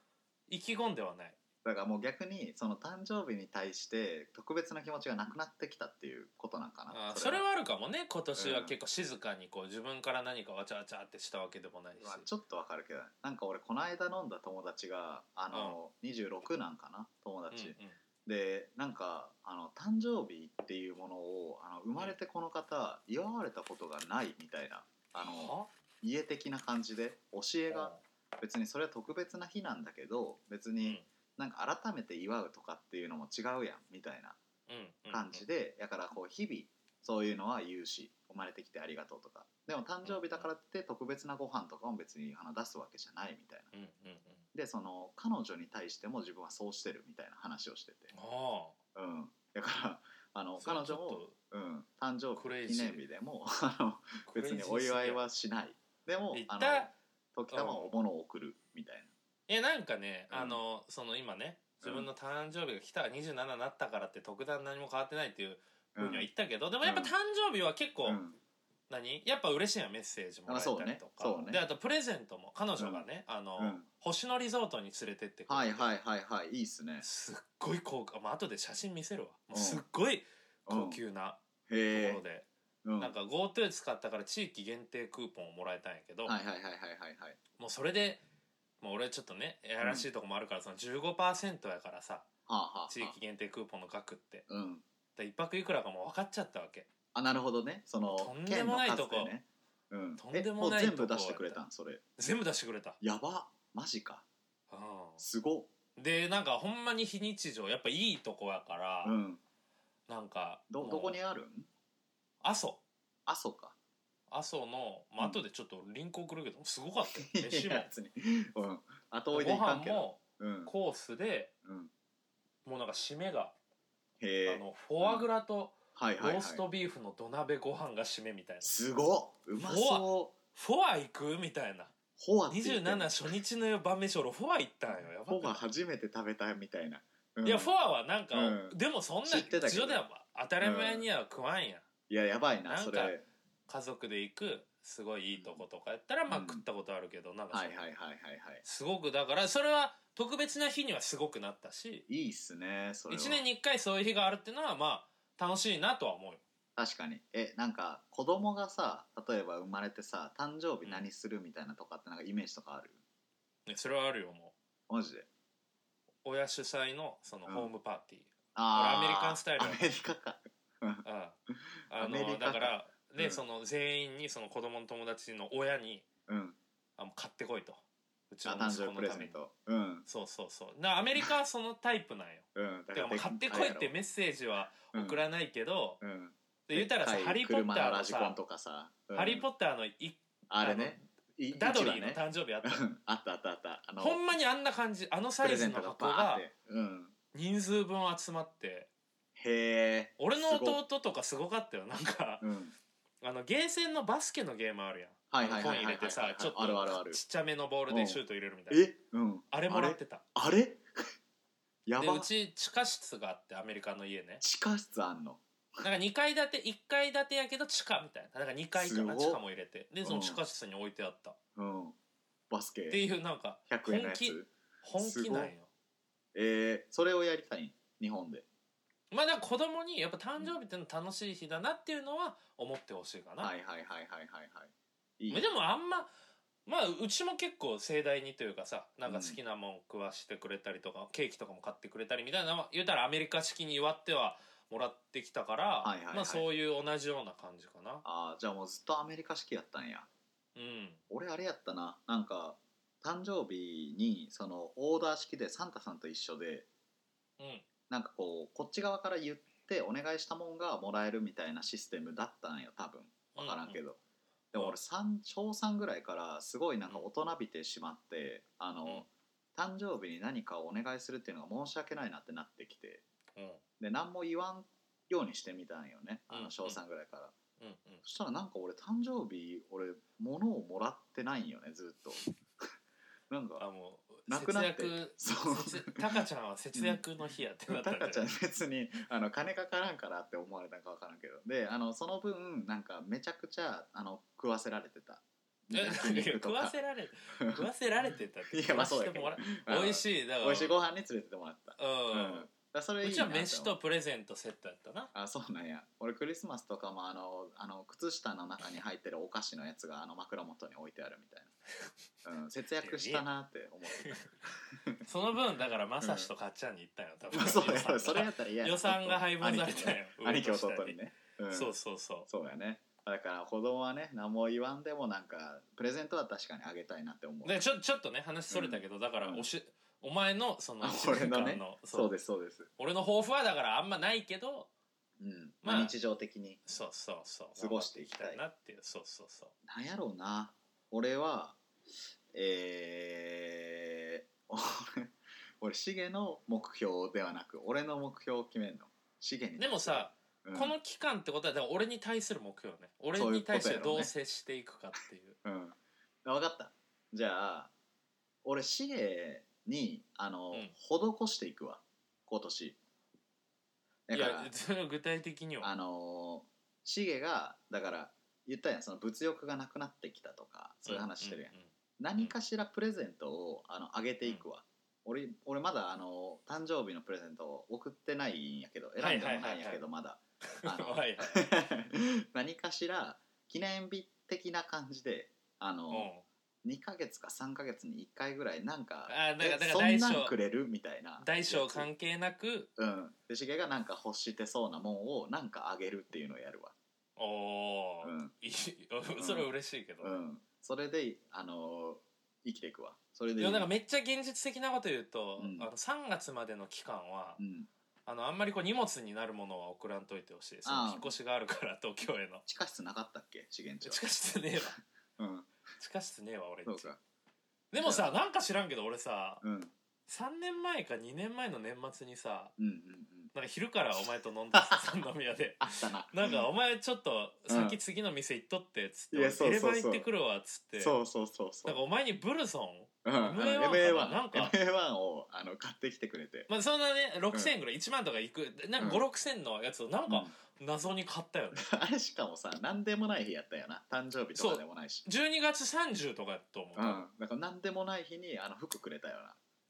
B: 意気込んではない
A: だからもう逆にその誕生日に対して特別な気持ちがなくなってきたっていうことなんかな
B: あーそれはあるかもね今年は結構静かにこう自分から何かわちゃわちゃってしたわけでもないし、
A: まあ、ちょっとわかるけどなんか俺この間飲んだ友達があの、26なんかな友達、
B: うんうん
A: でなんかあの誕生日っていうものをあの生まれてこの方祝われたことがないみたいなあの
B: は
A: 家的な感じで教えが別にそれは特別な日なんだけど別
B: うんう
A: に
B: ん
A: なんか改めて祝うとかっていうのも違うやんみたいな
B: うん
A: 感じでだからこう日々そういうのは言うし生まれてきてありがとうとかでも誕生日だからって特別なご飯とかも別にあの出すわけじゃないみたいな
B: うんうんうん
A: でその彼女に対しても自分はそうしてるみたいな話をしてて
B: あ
A: うんだからあの
B: あ
A: 彼
B: ち
A: 女
B: ょっ
A: も、
B: と
A: うん、誕生
B: クレ
A: 日
B: イ
A: 記
B: ジー
A: 念日でも あの別にお祝いはしないでも
B: 言っ
A: あの
B: た
A: 時たまお物を送るみたい
B: えなんかね、
A: うん
B: あのその今ね自分の誕生日が来た27になったからって特段何も変わってないっていうふ
A: な、
B: う
A: う
B: には言
A: ん
B: ったけど、でもやっぱ
A: うん
B: 誕生日は結構、
A: うん
B: 何やっぱ嬉しいやんメッセージもらえたりとか
A: あそうねそうね
B: であとプレゼントも彼女がね、あの
A: うん
B: 星野リゾートに連れてってくれて
A: はいはいはいはいいいっすね
B: すっごい高価、まあ後で写真見せるわもううんすっごい高
A: うん
B: 級な
A: へ
B: と
A: え
B: ころで、
A: うん
B: なんか GoTo 使ったから地域限定クーポンをもらえたんやけど、
A: はいはいはいはいはいはい
B: もうそれで、まあ、俺ちょっとねやらしいとこもあるから、その15%やからさ
A: はあはあはあ
B: 地域限定クーポンの額って
A: うん
B: で1泊いくらかもう分かっちゃったわけ
A: あなるほどねその
B: とんでもないとこ
A: 県の数ねうん
B: とんでもない
A: え
B: と
A: う全
B: こ
A: 部出してくれたんそれ
B: 全部出してくれた、
A: やばマジか
B: う
A: すごっ
B: ん、でなんかほんまに非日常やっぱいいとこやから、
A: うん
B: なんか
A: ど
B: もう
A: どこにあるん
B: 阿蘇
A: 阿蘇か
B: 阿蘇の、まあ
A: うん
B: 後でちょっとリンク送るけどすごかったよ 飯
A: い
B: も
A: や別にうん後
B: ご
A: 追いでいか
B: 飯
A: んけど
B: も
A: うん
B: コースで
A: うん
B: もうなんか締めが、
A: へ
B: あ
A: え
B: のフォアグラと
A: はい
B: ロ
A: はいは
B: ー
A: い
B: ストビーフの土鍋ご飯が締めみたいな、
A: すごっうまそう
B: フォア行くみたいな
A: フォアって言って
B: 27初日の晩飯俺フォア行ったんよやば
A: フ
B: く
A: ォア
B: な
A: 初めて食べたみたいな、うん
B: いいやフォアはなんか、
A: うん
B: でもそんな
A: 知ってたけど
B: 地上では当たり前には食わんやん、
A: いややばいな
B: なんか
A: それはい
B: 家族で行くすごいいいとことかやったら、まあ
A: うん
B: 食ったことあるけどなんか
A: は
B: そ
A: い
B: の、
A: はいはいはい
B: すごくだからそれは特別な日にはすごくなったし
A: いいいっすねそれは
B: 1年に1回そういう日があるっていうのはまあ楽しいなとは思うよ
A: 確かにえなんか子供がさ例えば生まれてさ誕生日何するみたいなとかってなんかイメージとかある
B: ねそれはあるよも
A: マジで
B: う親主催のその
A: うん
B: ホームパーティー、
A: あー
B: アメリカンスタイル
A: アメリカか
B: うんあ
A: アメリ
B: の
A: カか
B: だからね、
A: うん
B: その全員にその子供の友達の親に
A: うん
B: あもう買ってこいとうち
A: あ
B: の
A: 誕
B: 息
A: 生
B: 子
A: 日プ
B: の
A: レ
B: た
A: ゼ
B: め
A: ン
B: に
A: トうん
B: そうそうそうなアメリカはそのタイ プなんよ
A: うんだ
B: てかもう買ってこいってメッセージは送らないけど、
A: うんうん
B: で言ったらさ
A: でっ
B: 「
A: か
B: ハ
A: い
B: リー・ポッタ
A: 車の」
B: ー
A: ラ
B: の
A: ジコン
B: さ
A: とかさ
B: 「ハリー・ポ
A: ッ
B: ッター」のい
A: あれねい
B: ダドリー
A: 一
B: の
A: 話ね
B: 誕生日あったよ
A: うんあったあったあったあの
B: ほんまにあんな感じあのサ
A: プレ
B: イ
A: ゼ
B: ズ
A: ン
B: の
A: トが
B: 箱
A: バーっ
B: が
A: てうん
B: 人数分集まって
A: へえ
B: 俺の弟とかすごかったよなんか
A: うん
B: あのゲーセンのバスケのゲームあるやん
A: はいはい
B: コ
A: は
B: イン
A: いはい
B: 入
A: はい
B: れてさちょっ
A: あるあるあ
B: と
A: る
B: ちっちゃめのボールでシュート入れるみたいな
A: えうん
B: あれもらってた
A: あれ や
B: で
A: ば
B: うち地下室があってアメリカの家ね
A: 地下室あんの
B: なんか2階建て1階建てやけど地下みたいななんか2階と
A: すご
B: か
A: っ
B: 地下も入れてでその
A: うん
B: 地下室に置いてあったっ
A: うんバス
B: て
A: ケ
B: いうなんか
A: 100円のや
B: 本
A: つ
B: 本気なんよ
A: すえー、それをやりたいん日本で
B: まあだから子供にやっぱ誕生日ってのは楽しい日だなっていうのは思ってほしいかな、
A: はいはいはいはいはいはいいい
B: でもあんままあうちも結構盛大にというかさなんか好きなもん食わしてくれたりとか、ケーキとかも買ってくれたりみたいなのは言うたらアメリカ式に祝ってはもらってきたから、
A: はいはいはい
B: まあそういう同じような感じかな
A: あーじゃあもうずっとアメリカ式やったんや
B: うん
A: 俺あれやったななんか誕生日にそのオーダー式でサンタさんと一緒で
B: うん
A: なんかこうこっち側から言ってお願いしたもんがもらえるみたいなシステムだったんよ多分分からんけど、でも俺三小3ぐらいからすごいなんか大人びてしまってあの、
B: うん
A: 誕生日に何かをお願いするっていうのが申し訳ないなってなってきて
B: うんうん
A: で何も言わんようにしてみたんよねあ
B: うん
A: の小3ぐらいから、
B: うんうん
A: そしたらなんか俺誕生日俺物をもらってないんよねずっと なん
B: あ
A: か
B: もう
A: なくなって
B: 節
A: そう
B: 約節タカちゃんは節約の日やってなった
A: タ
B: んじゃ
A: カ
B: ない
A: ちゃん別にあの金かからんからって思われたんか分からんけどであのその分なんかめちゃくちゃあの食わせられてた
B: え
A: 焼肉と
B: 食わ
A: か
B: せられ食わせられてたって
A: いやまあそう
B: 食
A: や
B: わ
A: け
B: して
A: ど
B: も
A: あ
B: ら
A: の
B: 美味しいだから
A: 美味しいご飯に連れてってもらった、うんだ
B: う
A: からそれ
B: ん
A: いうい
B: ち
A: な
B: は
A: って思
B: 飯とプレゼントセットやったな
A: あそうなんや俺クリスマスとかもあのあの靴下の中に入ってるお菓子のやつがあの枕元に置いてあるみたいな、うん、 節約したなって思って
B: その分だからまさしとかっちゃんに行ったよ多
A: たまあそう
B: 予算が
A: やそれやったら嫌や
B: 予算が配分されたよ
A: 兄貴弟にね、うん
B: そうそうそう
A: そうやねだから子供はね何も言わんでもなんかプレゼントは確かにあげたいなって思う
B: でちょちょっとね話それたけど、だから
A: うん
B: おしお前のその
A: あ
B: 一
A: 俺
B: 年
A: の
B: 間
A: ねそ
B: そう
A: うですそうです
B: 俺の抱負はだからあんまないけど
A: うん、
B: まあ
A: まあ、日常的に
B: そうそうそう
A: 過ごしていきたい
B: 頑張っていきたいなっていうそうそうそう
A: なんやろうな俺はえー、 俺俺シゲの目標ではなく俺の目標を決めんのシゲに
B: でもさ、
A: うん
B: この期間ってことはだから俺に対する目標ね俺
A: そういう
B: に
A: ことや
B: 対
A: ろ
B: してど
A: う
B: う
A: ね
B: 接していくかっていう
A: うん、分かったじゃあ俺シゲにあの、
B: うん
A: 施していくわ今年だ
B: い
A: か
B: や
A: ら
B: それは具体的に
A: あ
B: は
A: のシゲがだから言ったやんその物欲がなくなってきたとかそういう話してるやん、
B: うんうんうん
A: 何かしらプレゼントをあのあげていくわ、俺俺まだあの誕生日のプレゼントを送ってないんやけど選んでもないんやけどまだあの
B: はいはい
A: 何かしら記念日的な感じであの、2ヶ月か3ヶ月に1回ぐらいなんか
B: あーなんか
A: え
B: だから
A: そんな
B: 大小
A: んくれるみたいな
B: うん大小
A: や
B: 関係なく
A: つうんでしげがなんか欲してそうなもんをなんかあげるっていうのをやるわ
B: おおー、
A: うん
B: いい それは嬉しいけど、
A: うんそれであのー生きていくわそれで
B: で
A: いい
B: もなんかめっちゃ現実的なこと言うと、
A: うん
B: あの3月までの期間は、
A: うん、
B: あのあんまりこう荷物になるものは送らんといてほしいそ
A: あ
B: の
A: あ
B: 引っ越しがあるから東京への
A: 地下室なかったっけしげんち
B: 地下室ねえ わ
A: はうん
B: 地下室ねえわ俺ん
A: そう
B: ち
A: か
B: でもさなんか知らんけど俺さ
A: うんうん
B: 3年前か2年前の年末にさ
A: うんうん
B: なんか昼からお前と飲ん だ飲み屋で
A: あったな
B: なんかお前ちょっと先
A: うん
B: 次の店行っとってっつ
A: い
B: っ
A: や
B: て
A: そう
B: 俺
A: そうそう
B: レバ行ってくるわっつって
A: そうそうそうそ
B: なん
A: う
B: かお前にブルソン
A: うんあの
B: MA1 かな
A: MA1
B: なんか
A: MA1 をあの買ってきてくれて
B: まあそんなね6000円ぐらい1万とかいくなんか
A: うん
B: 56000のやつをなんか謎に買ったよね
A: うん あれしかもさ何でもない日やったよな誕生日とかでもないし
B: 12月30とかやと思う
A: うん、だから何でもない日にあの服くれたよ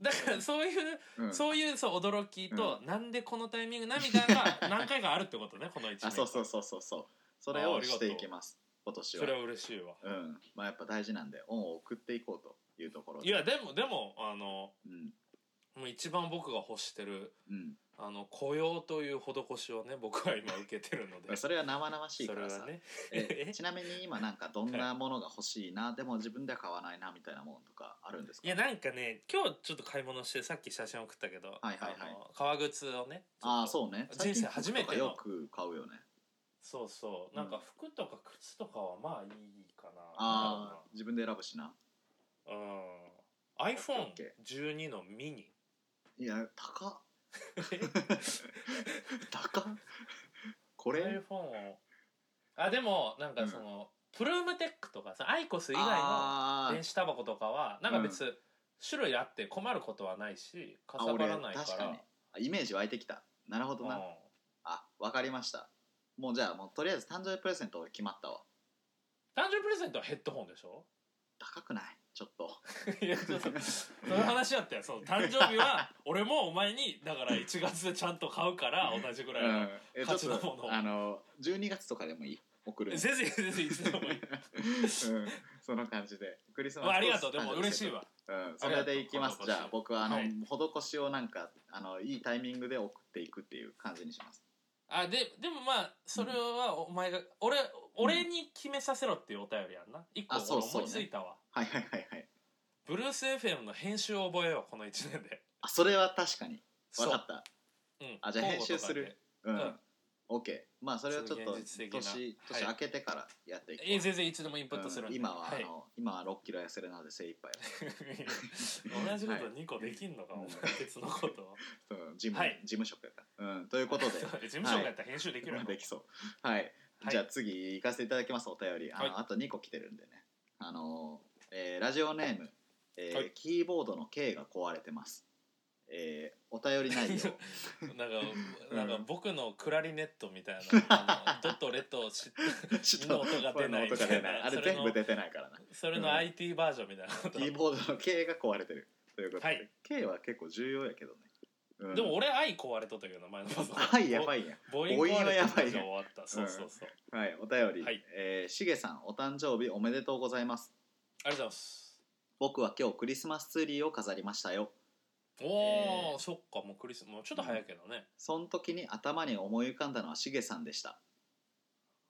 B: だからそういう
A: な、うん、
B: そういうそう驚きとなんでこのタイミングなみたい な何回かあるってことねこの1年
A: あそうそうそうそうそうそれ
B: ああ
A: を
B: りがと
A: して
B: う
A: いきます今年は
B: それは嬉しいわ
A: うんまあやっぱ大事なんで恩を送っていこうというところで
B: いやでもでもあの
A: うん
B: もう一番僕が欲してる
A: うん
B: あの雇用という施しをね僕は今受けてるの で
A: それは生々しい
B: そ
A: か
B: れ
A: らさ、
B: はね
A: えちなみに今なんかどんなものが欲しいなでも自分では買わないなみたいなものとかあるんですか
B: いやなんかね今日ちょっと買い物してさっき写真送ったけど、
A: はいはいはい
B: あの革靴をねちょっと
A: ああそうね
B: 人生初めての
A: 最近服とかよく買うよね
B: そうそう
A: うん
B: なんか服とか靴とかはまあいいかな
A: ああ自分で選ぶしな
B: なんだ
A: オッケーオッケ
B: ろうなうん iPhone12 のミニ
A: いや高っ高っ これ
B: iPhone をあでもなんかその、プルームテックとかさアイコス以外の
A: あー
B: 電子タバコとかはなんか別、種類あって困ることはないしかさばらないから
A: あ俺確かにあイメージ湧いてきたなるほどな、
B: うん
A: あわかりましたもうじゃあもうとりあえず誕生日プレゼント俺決まったわ
B: 誕生日プレゼントはヘッドホンで しょ
A: 高くないちょっ と
B: いやちょっとその話だったよその誕生日は俺もお前にだから1月でちゃんと買うから同じぐ
A: う
B: らいの
A: ん、えちょ
B: 価
A: っ
B: 値のもの
A: とあの12月とかでもいい送る
B: 全然全然いつでもいい
A: うん、その感じでクリスマス
B: まあありがとうでも嬉しい
A: わ、
B: わ
A: うん、それでいきます
B: あり
A: じ
B: が
A: ゃ
B: と
A: あ
B: う
A: 僕はあの、
B: はい
A: 施しをなんかあのいいタイミングで送っていくっていう感じにします
B: あででもまあそれはお前が俺俺に決めさせろっていうお便りやんな一個
A: あそう
B: 俺
A: そう
B: 思いついたわ
A: はいはいはいはい
B: ブルース FM の編集を覚えようこの1年で
A: あそれは確かに
B: そう
A: 分かった
B: うん
A: あじゃあ
B: 交
A: 編
B: 互
A: 集
B: とか
A: する
B: で
A: うん、
B: うん
A: オッケーまあそれをちょっと
B: そう現実
A: 年
B: 的な
A: 年
B: はい
A: 明けてからやっていこう、
B: え全然いつでもインプットするん
A: うん
B: で、
A: 今は、
B: い
A: あ、の今は6キロ痩せるので精一杯
B: 同じこと2個できんのか、
A: はい
B: お前別のこと を
A: うん事務、
B: はい
A: 事務職やから、うん、ということ で
B: 事務所がやったら編集できるの、
A: まあできそうはい、
B: はい
A: じゃあ次行かせていただきますお便りあの、
B: はい
A: あと2個来てるんでねあの、えーラジオネーム、えー
B: はい
A: キーボードの K が壊れてますえーお便り内容
B: なんか
A: うん
B: なんか僕のクラリネットみたいな あのドとレとし
A: ち
B: みんな音が出ない
A: 音が出ないあ
B: そ
A: れ
B: れの
A: 全部出てないからな
B: それの IT バージョンみたいなこと、
A: キーボードの K が壊れてるということで、
B: はい
A: K は結構重要やけどね、うん
B: でも俺愛壊れとったけど前のパソコン
A: はいやば
B: い
A: いやん
B: 母音壊
A: 母
B: れとったじ
A: 音はやばい
B: ゃ
A: ね
B: 終わったそうそうそう、
A: はい、お便り、
B: はい
A: えーしげさん、お誕生日おめでとうございます。
B: ありがとうございます
A: 僕は今日クリスマスツリーを飾りましたよ。
B: おお、
A: えー
B: そっかもうクリスもうちょっと早いけどね、
A: その時に頭に思い浮かんだのはしげさんでした。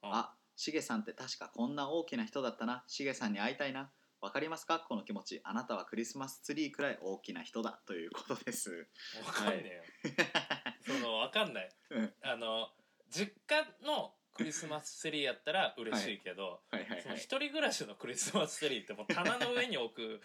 B: うん
A: あ、しげさんって確かこんな大きな人だったなしげさんに会いたいなわかりますかこの気持ちあなたはクリスマスツリーくらい大きな人だということです
B: わかんねえよ、そのわかんない、
A: うん
B: あの実家のクリスマスツリーやったら嬉しいけど、
A: はいはい
B: そ
A: は
B: の
A: い
B: 一人暮らしのクリスマスツリーってもう棚の上に置く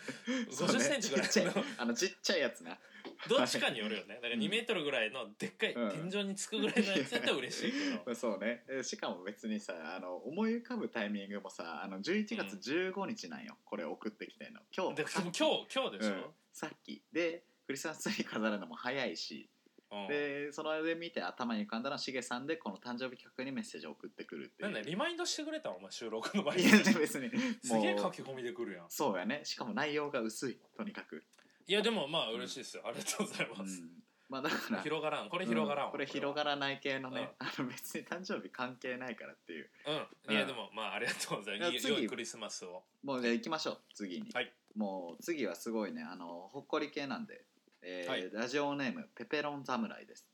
A: そう
B: 50
A: ね
B: センチぐらい
A: ちっちゃ
B: の
A: あのちっちゃいやつな
B: どっちかによるよねだから
A: うん
B: 2メートルぐらいのでっかい
A: うん
B: 天井につくぐらいのやつやったら嬉しいけ ど、
A: そうねえしかも別にさあの思い浮かぶタイミングもさあの11月15日なんよ、これ送ってきてんの今日
B: で
A: さっ
B: も
A: き
B: 今日今日でし
A: うんさっきでクリスマスツリー飾るのも早いし、
B: ょ、うん
A: でそれで見て頭に浮かんだのはしげさんでこの誕生日企画にメッセージを送ってくるってい
B: な
A: うん
B: だよリマインドしてくれたのお前収録の前
A: い
B: に
A: やね別に
B: すげえ
A: も
B: 書
A: う
B: き込みでくるやん
A: そうやねしかも内容が薄いとにかく、
B: いやでもまあ嬉しいですよ、ありがとうございうます、
A: ん、まあだから
B: 広がらんこれ広がらんわ、
A: うんこれ広がらない系のね
B: う、
A: あの別に誕生日関係ないからっていう
B: うんいやでもまあありがとうございます
A: いや
B: いい良
A: 次
B: いクリスマスを
A: もうじゃあ行きましょう次に、
B: はい
A: もう次はすごいねあのほっこり系なんで、えー
B: はい
A: ラジオネームペペロン侍です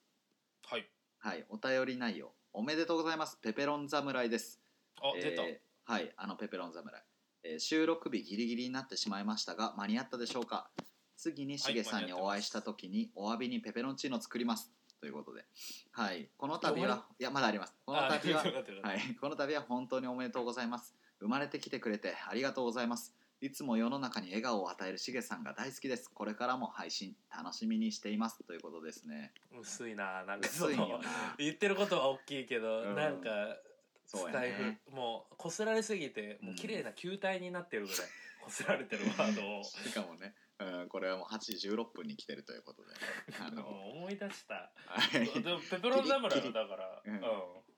B: はい
A: はいお便り内容おめでとうございますペペロン侍です
B: あ、出た
A: えーはいあのペペロン侍、えー収録日ギリギリになってしまいましたが間に合ったでしょうか次にしげさんに
B: はい間に合ってます
A: お会いした時にお詫びにペペロンチーノ作りますということではいこの
B: 終
A: 度
B: わり
A: はいやまだありますこの
B: あ
A: 度は
B: 出た出 た
A: はい、この度は本当におめでとうございます生まれてきてくれてありがとうございますいつも世の中に笑顔を与えるしげさんが大好きですこれからも配信楽しみにしていますということですね
B: 薄いななんかそ
A: 薄いん
B: の
A: よな
B: 言ってることは大きいけど、
A: うん
B: なんか
A: そうや
B: 伝え
A: ね
B: るもうこすられすぎてもう綺麗な球体になってるぐらいこすられてるワードを
A: しかもね、うん、これはもう8時16分に来てるということであ
B: うん
A: の
B: 思い出 した
A: はい
B: でもペペロン侍は
A: ギリギリ
B: だから
A: う
B: うんん、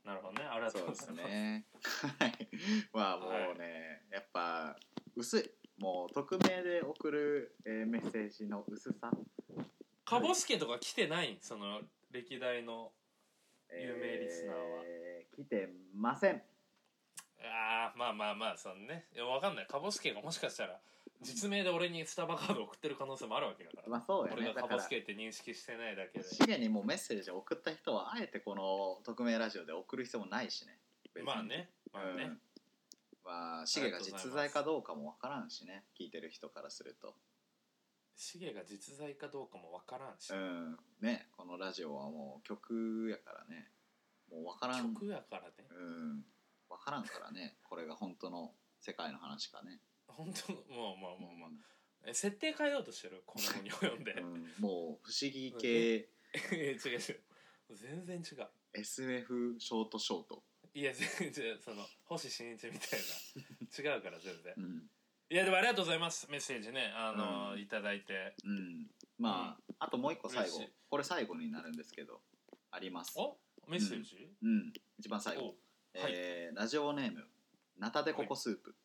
B: なるほどねありがと
A: そうう
B: ご
A: で
B: ざい
A: す
B: ます
A: ねはいまあもうねやっぱ薄いもう匿名で送る、えーメッセージの薄さ、
B: カボスケとか来てないその歴代の
A: え
B: 有名リスナーは
A: 来てません
B: あーまあまあまあそのねいやわかんないカボスケがもしかしたら実名で俺にスタバカード送ってる可能性もあるわけだから、
A: まあそうや
B: 俺
A: ね
B: が
A: だ
B: カ
A: か
B: ボ
A: ら
B: スケって認識してないだけで
A: 資源にもうメッセージを送った人はあえてこの匿名ラジオで送る必要もないしね別に
B: まあねまあね、
A: うんまあ、シゲが実在かどうかもわからんしね聞いてる人からすると
B: シゲが実在かどうかもわからんし、
A: うんねこのラジオはもう曲やからねもうわからん
B: 曲やからね
A: うんわからんからねこれが本当の世界の話かね
B: 本当もうまあまあまあえ設定変えようとしてるこの後に及んで、
A: うん もう不思議系
B: いや違う違う全然違う
A: SF ショートショート、
B: いや全然違うその星新一みたいな違うから全然
A: うん
B: いやでもありがとうございますメッセージねあの、
A: うん
B: いただいて
A: うん、まあ、あともう一個最後
B: 嬉しい
A: これ最後になるんですけどあります
B: おメッセージ、
A: うん一番最後、
B: おはい
A: えーラジオネームナタデココスープ、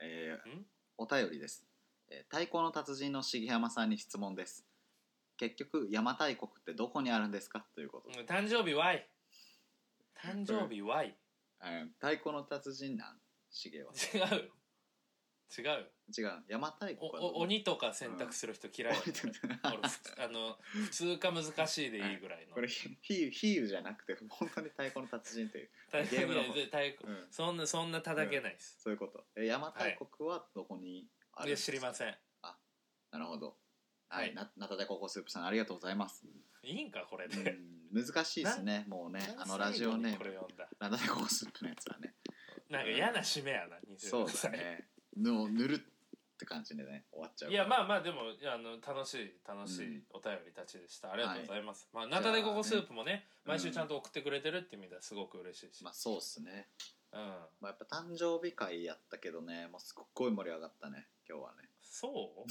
A: えー
B: ん
A: お便りです、えー太鼓の達人の茂山さんに質問です結局邪馬台国ってどこにあるんですかということ、
B: うん誕生日 Y 誕生日 Y
A: えー太鼓の達人なん茂は
B: 違うよ違うよ
A: 違う邪馬台
B: お
A: 国は
B: お 鬼とか選択する人嫌い、
A: 鬼と
B: 俺俺ふつあの普通か難しいでいいぐらい の
A: これひ比喩比喩じゃなくて本当に太鼓の達人という、
B: 大
A: ゲームの 方
B: いや大
A: うん、
B: そんなそんな叩けないです、
A: そういうことえー邪馬台国はどこにある
B: い
A: んで
B: や
A: す
B: 知
A: か
B: りません
A: なるほど。はい、
B: はい
A: な、なたで高校スープさん、ありがとうございます。
B: いいんかこれ
A: う
B: で、
A: ん難しいですね、もうね、あのラジオ
B: ね
A: ね
B: こ、れ読んだ
A: なたで高校スープのやつ はね。
B: なんか嫌な締めやな
A: そう
B: 26
A: だ
B: 歳、
A: ね。ぬをぬるって感じでね、終わっちゃう。
B: いやまあまあでもあの楽しい楽し
A: うん
B: いお便りたちでした、ありがとうございます、まあナタデココスープもね毎週ちゃんと送ってくれてるって意味ではすごく嬉しいし、
A: まあ、そうっすね。
B: うん
A: まあ、やっぱ誕生日会やったけどね、もうすっごい盛り上がったね、今日はね。
B: そ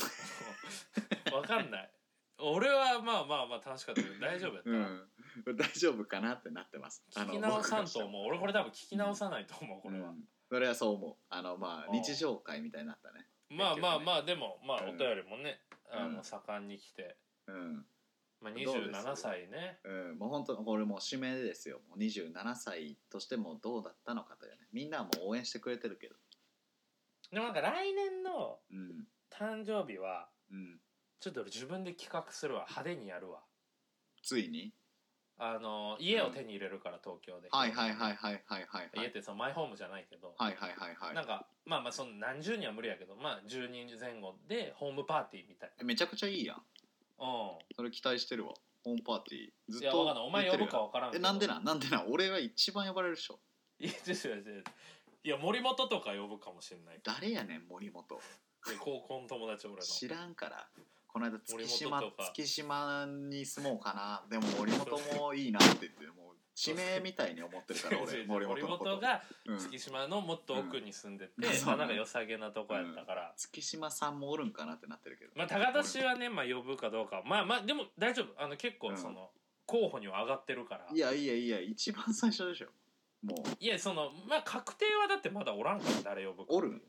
B: う わかんない俺はまあまあまあ楽しかったけど大丈夫やった、
A: うん。 大丈夫かなってなってます。
B: 聞き直さん
A: 僕
B: と
A: しても
B: 思う俺これ多分聞き直さないと思うこれは、
A: うんそれはそう思う。あの、まあ、
B: うん
A: 日常会みたいになったね。
B: まあまあまあでもまあ
A: うん
B: お便りもね、あ
A: うん
B: の盛んに来て、
A: うん。
B: ま
A: ど
B: あ、
A: うです
B: 27歳ね
A: うん、もう本当これもう指名ですよもう27歳としてもどうだったのかというねみんなはもう応援してくれてるけど
B: でもなんか来年の
A: うん
B: 誕生日は
A: うん
B: ちょっと俺自分で企画するわ派手にやるわ
A: ついに
B: あの家を手に入れるから、東京で、
A: はいはいはいはいはいはいは
B: 家っ
A: い
B: てそのマイホームじゃないけど、
A: はいはいはい
B: な
A: は
B: んかまあまあその何十人は無理やけどまあ10人前後でホームパーティーみたい
A: いめちゃくちゃいいやん
B: なう
A: それ期待してるわホームパーティー
B: ん
A: ず
B: い
A: っ
B: や
A: と
B: わかんないお前
A: 言って
B: 呼
A: るや
B: ぶかわからん
A: え
B: けど
A: なんで
B: な
A: なんなんでなん俺が一番呼ばれるでしょ
B: いや違う違う違ういや森本とか呼ぶかもしれない
A: 誰やねん森本
B: で高校の友達俺の
A: 知らんからこの間月
B: 森
A: 島
B: 本とか
A: 月島に住もうかなでも森本もいいなって言ってもう地名みたいに思ってるから
B: 違う違
A: 俺
B: う
A: 森
B: 森
A: 本のこと
B: 本が
A: うん
B: 月島のもっと奥に住んでて、
A: うん
B: まあなんか良さげなとこやったから、
A: 月島さんもおるんかなってなってるけど
B: まあ高田氏はね、まあ、呼ぶかどうかはまあまあでも大丈夫あの結構その、候補には上がってるから
A: いやいやいや一番最初でしょもう
B: いやそのまあ確定はだってまだおらんから誰呼ぶか
A: おる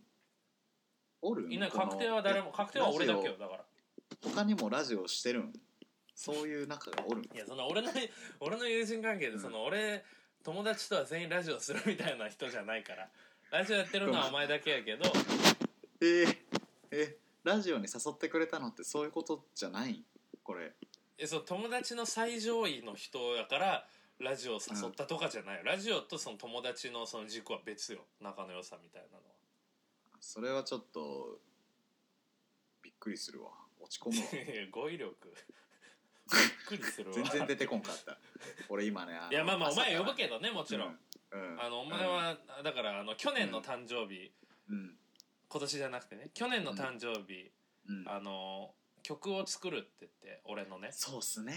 A: おる
B: いない
A: この
B: 確定は誰も確定は俺だけ
A: ラ
B: よ
A: ジ
B: だから
A: オ他にもラジオしてるんそういう仲がおるん
B: いやその俺の 俺の友人関係
A: う
B: で
A: ん
B: その、俺友達とは全員ラジオするみたいな人じゃないからラジオやってるのはお前だけやけど
A: えー、えラジオに誘ってくれたのってそういうことじゃないんこれ
B: えそう友達の最上位の人やからラジオを誘ったとかじゃない、ラジオとその友達のその軸は別よ仲の良さみたいなのは
A: それはちょっとびっくりするわ落ち 込むわ
B: いや語彙力びっくりするわ
A: 全然出てこんかった俺今ね
B: いやまあまあお前呼ぶ
A: も
B: けどねもちろん、、
A: うんうん
B: あのお前は、だからあの去年の誕生日、
A: うん
B: 今年じゃなくてね去年の誕生日、
A: うん、
B: あの曲を作るって言って俺のね
A: そうっす ね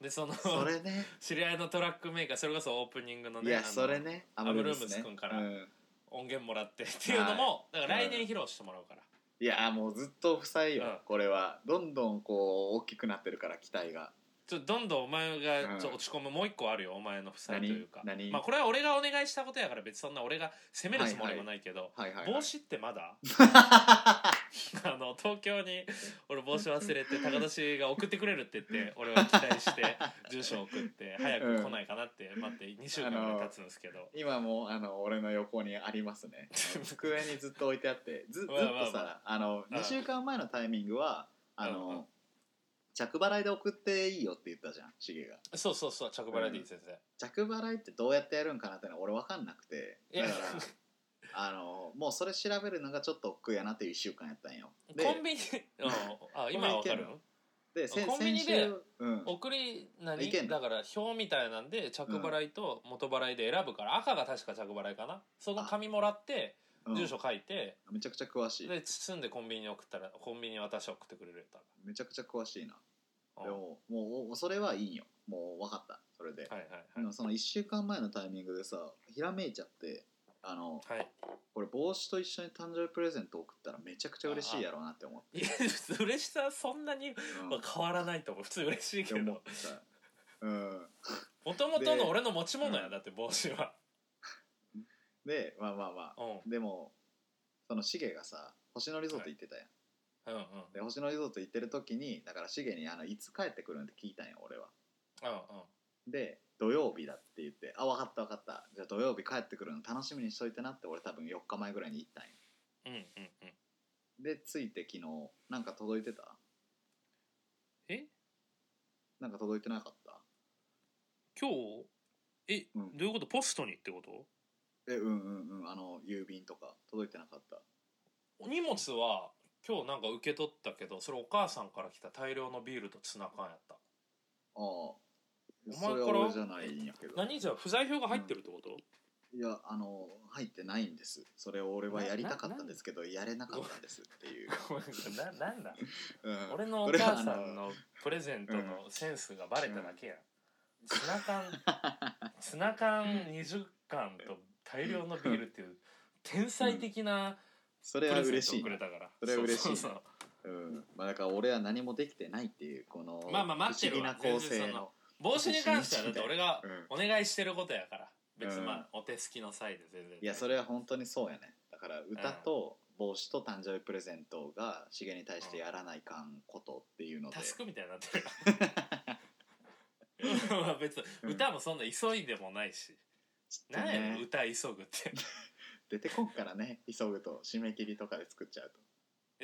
B: でその
A: それね
B: 知り合いのトラックメーカーそれこそオープニングの
A: い
B: ねあ
A: や
B: の
A: それねア
B: アムルームス君から
A: うん
B: 音源もらってっていうのも、だから来年披露してもらうから、
A: いやもうずっと不採よ、
B: うん
A: これはどんどんこう大きくなってるから期待が
B: ちょどんどんお前
A: うん
B: がちょ落ち込む、もう一個あるよお前の負債というか
A: 何何
B: まあこれは俺がお願いしたことやから別にそんな俺が責めるつもりもないけど、
A: はいはい、はい、
B: 帽子ってま だあの東京に俺帽子忘れて高田氏が送ってくれるって 言って俺は期待して住所送って早く来ないかなって待って2週間ぐらい経つんですけど。
A: 今もあの俺の横にあります ねあの机にずっと置いてあってずずっと
B: まあまあま
A: さあの
B: うん
A: 2週間前のタイミングはあ
B: うんうん
A: の着払いで送っていいよって言ったじゃんシゲが
B: そうそうそう着払いでいい先生、
A: 着払いってどうやってやるんかなってのは俺分かんなくて
B: い
A: だ
B: や
A: からあのもうそれ調べるのがちょっと億劫やなっていう1週間やったんよで
B: コンビニうんあ今は分かるの
A: で先
B: コンビニで
A: 先週うん
B: 送り
A: い
B: 何
A: けんの
B: だから表みたいなんで着払いと元払いで選ぶから、赤が確か着払いかなその紙もらって
A: うん
B: 住所書いて、
A: めちゃくちゃ詳しい
B: で包んでコンビニに送ったらコンビニに私送ってくれるよ多
A: めちゃくちゃ詳しいなで
B: 分うん
A: ももうおそれはいいんよもう分かったそれで
B: はいはい
A: でもその1週間前のタイミングでさひらめいちゃってあの
B: はい、はい
A: これ帽子と一緒に誕生日プレゼント送ったらめちゃくちゃ嬉しいやろうなって思って、
B: いや普通嬉しさはそんなに
A: うん、
B: まあ変わらないと思う普通嬉しいけ
A: って思
B: ど
A: ってさ、うん、
B: もともとの俺の持ち物
A: う
B: や
A: ん
B: だって帽子は
A: でまあまあまあ
B: うん
A: でもそのシゲがさ星野リゾート行ってたやん、
B: うんうんうん
A: で星野リゾート行ってる時にだからシゲにあの「いつ帰ってくるん?」って聞いたんよ俺はで土曜日だって言って「あ分かった分かったじゃあ土曜日帰ってくるの楽しみにしといてな」って俺多分4日前ぐらいに行ったんよ
B: うんうんうんうん
A: でついて昨日なんか届いてた
B: え
A: なんか届いてなかった
B: 今日え、
A: うん
B: どういうことポストにってこと
A: えうんうんうんあの郵便とか届いてなかった
B: お荷物は今日なんか受け取ったけどそれお母さんから来た大量のビールとツナ缶やった
A: ああ
B: 前
A: それは
B: から
A: 俺じゃないんやけど
B: 何じゃあ不在票が入ってるってこと、
A: いやあの入ってないんですそれを俺はやりたかったんですけどやれなかったんですって いう、
B: ごめんななんだ
A: うん、
B: 俺のお
A: これは
B: 母さ
A: あ
B: んのプレゼントのセンスがバレただけやん、ツナ 缶ツナ缶20缶と大量のビールっていう天才的な
A: そ
B: プ
A: れは
B: レ
A: 嬉
B: ゼン
A: し
B: ト
A: い
B: をく
A: な
B: れたから、
A: それは嬉しいな
B: そうそう
A: うんまあだから俺は何もできてないっていうこの
B: まあまあ待ってる
A: 不
B: わ
A: 思議な構
B: 全
A: 成
B: 然そ
A: の
B: の帽子に関してはだって俺が
A: うん
B: お願いしてることやから別
A: う
B: に
A: ん
B: まあお手すきの際で全然
A: いやそれは本当にそうやねだから歌と帽子と誕生日プレゼントがシゲに対してやらないかんことっていうので
B: タスクみたいに なってるまあ別に
A: うん
B: 歌もそんな急いでもないし、
A: ちょっ
B: なん
A: と
B: やろ、
A: ね
B: 歌急ぐって
A: 出てこんからね急ぐと締め切りとかで作っちゃう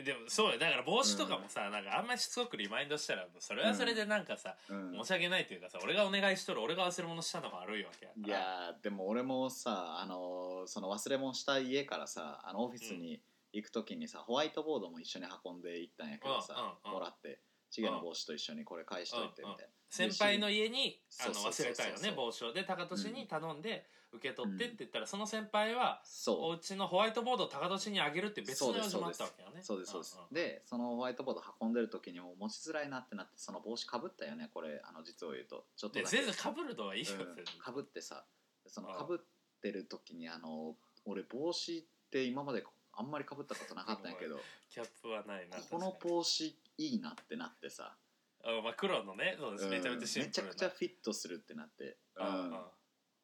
B: でもそうよだから帽子とかもさ、なんかあんまりしつこくリマインドしたらそれはそれでなんかさ、
A: うん
B: 申し訳ないというかさ俺がお願いしとる俺が忘れ物したのが悪いわけやから
A: いやーでも俺もさあのーその忘れ物した家からさあのオフィスに行く時にさ、ホワイトボードも一緒に運んで行ったんやけどさ、
B: うんうんうん
A: もらってチゲの帽子と一緒にこれ返しといてみたいな、
B: 先輩の家にあの
A: そうそうそう
B: 忘れたよ
A: そう
B: ね帽子をで高俊に頼んで受け取ってって言ったら、その先輩はお
A: そう
B: 家のホワイトボードを高俊にあげるって別
A: そ
B: の
A: うで
B: 用
A: す
B: 事もあったわけよね
A: そうですそうです、
B: んん
A: でそのホワイトボード運んでる時にもう持ちづらいなってなってその帽子かぶったよねこれあの実を言うとちょっと
B: で
A: だけ
B: 全然かぶるのはいいよ、
A: うん
B: 全然
A: かぶってさその
B: うん
A: かぶってる時にあの俺帽子って今まであんまりかぶったことなかったんやけど
B: キャップはないな
A: この
B: 確かに
A: 帽子いいなってなってさ、
B: あまあ黒のねそうです、
A: うん
B: めちゃめちゃシン
A: め
B: プ
A: ちゃ
B: ルな
A: くちゃフィットするってなって、うん
B: うんうん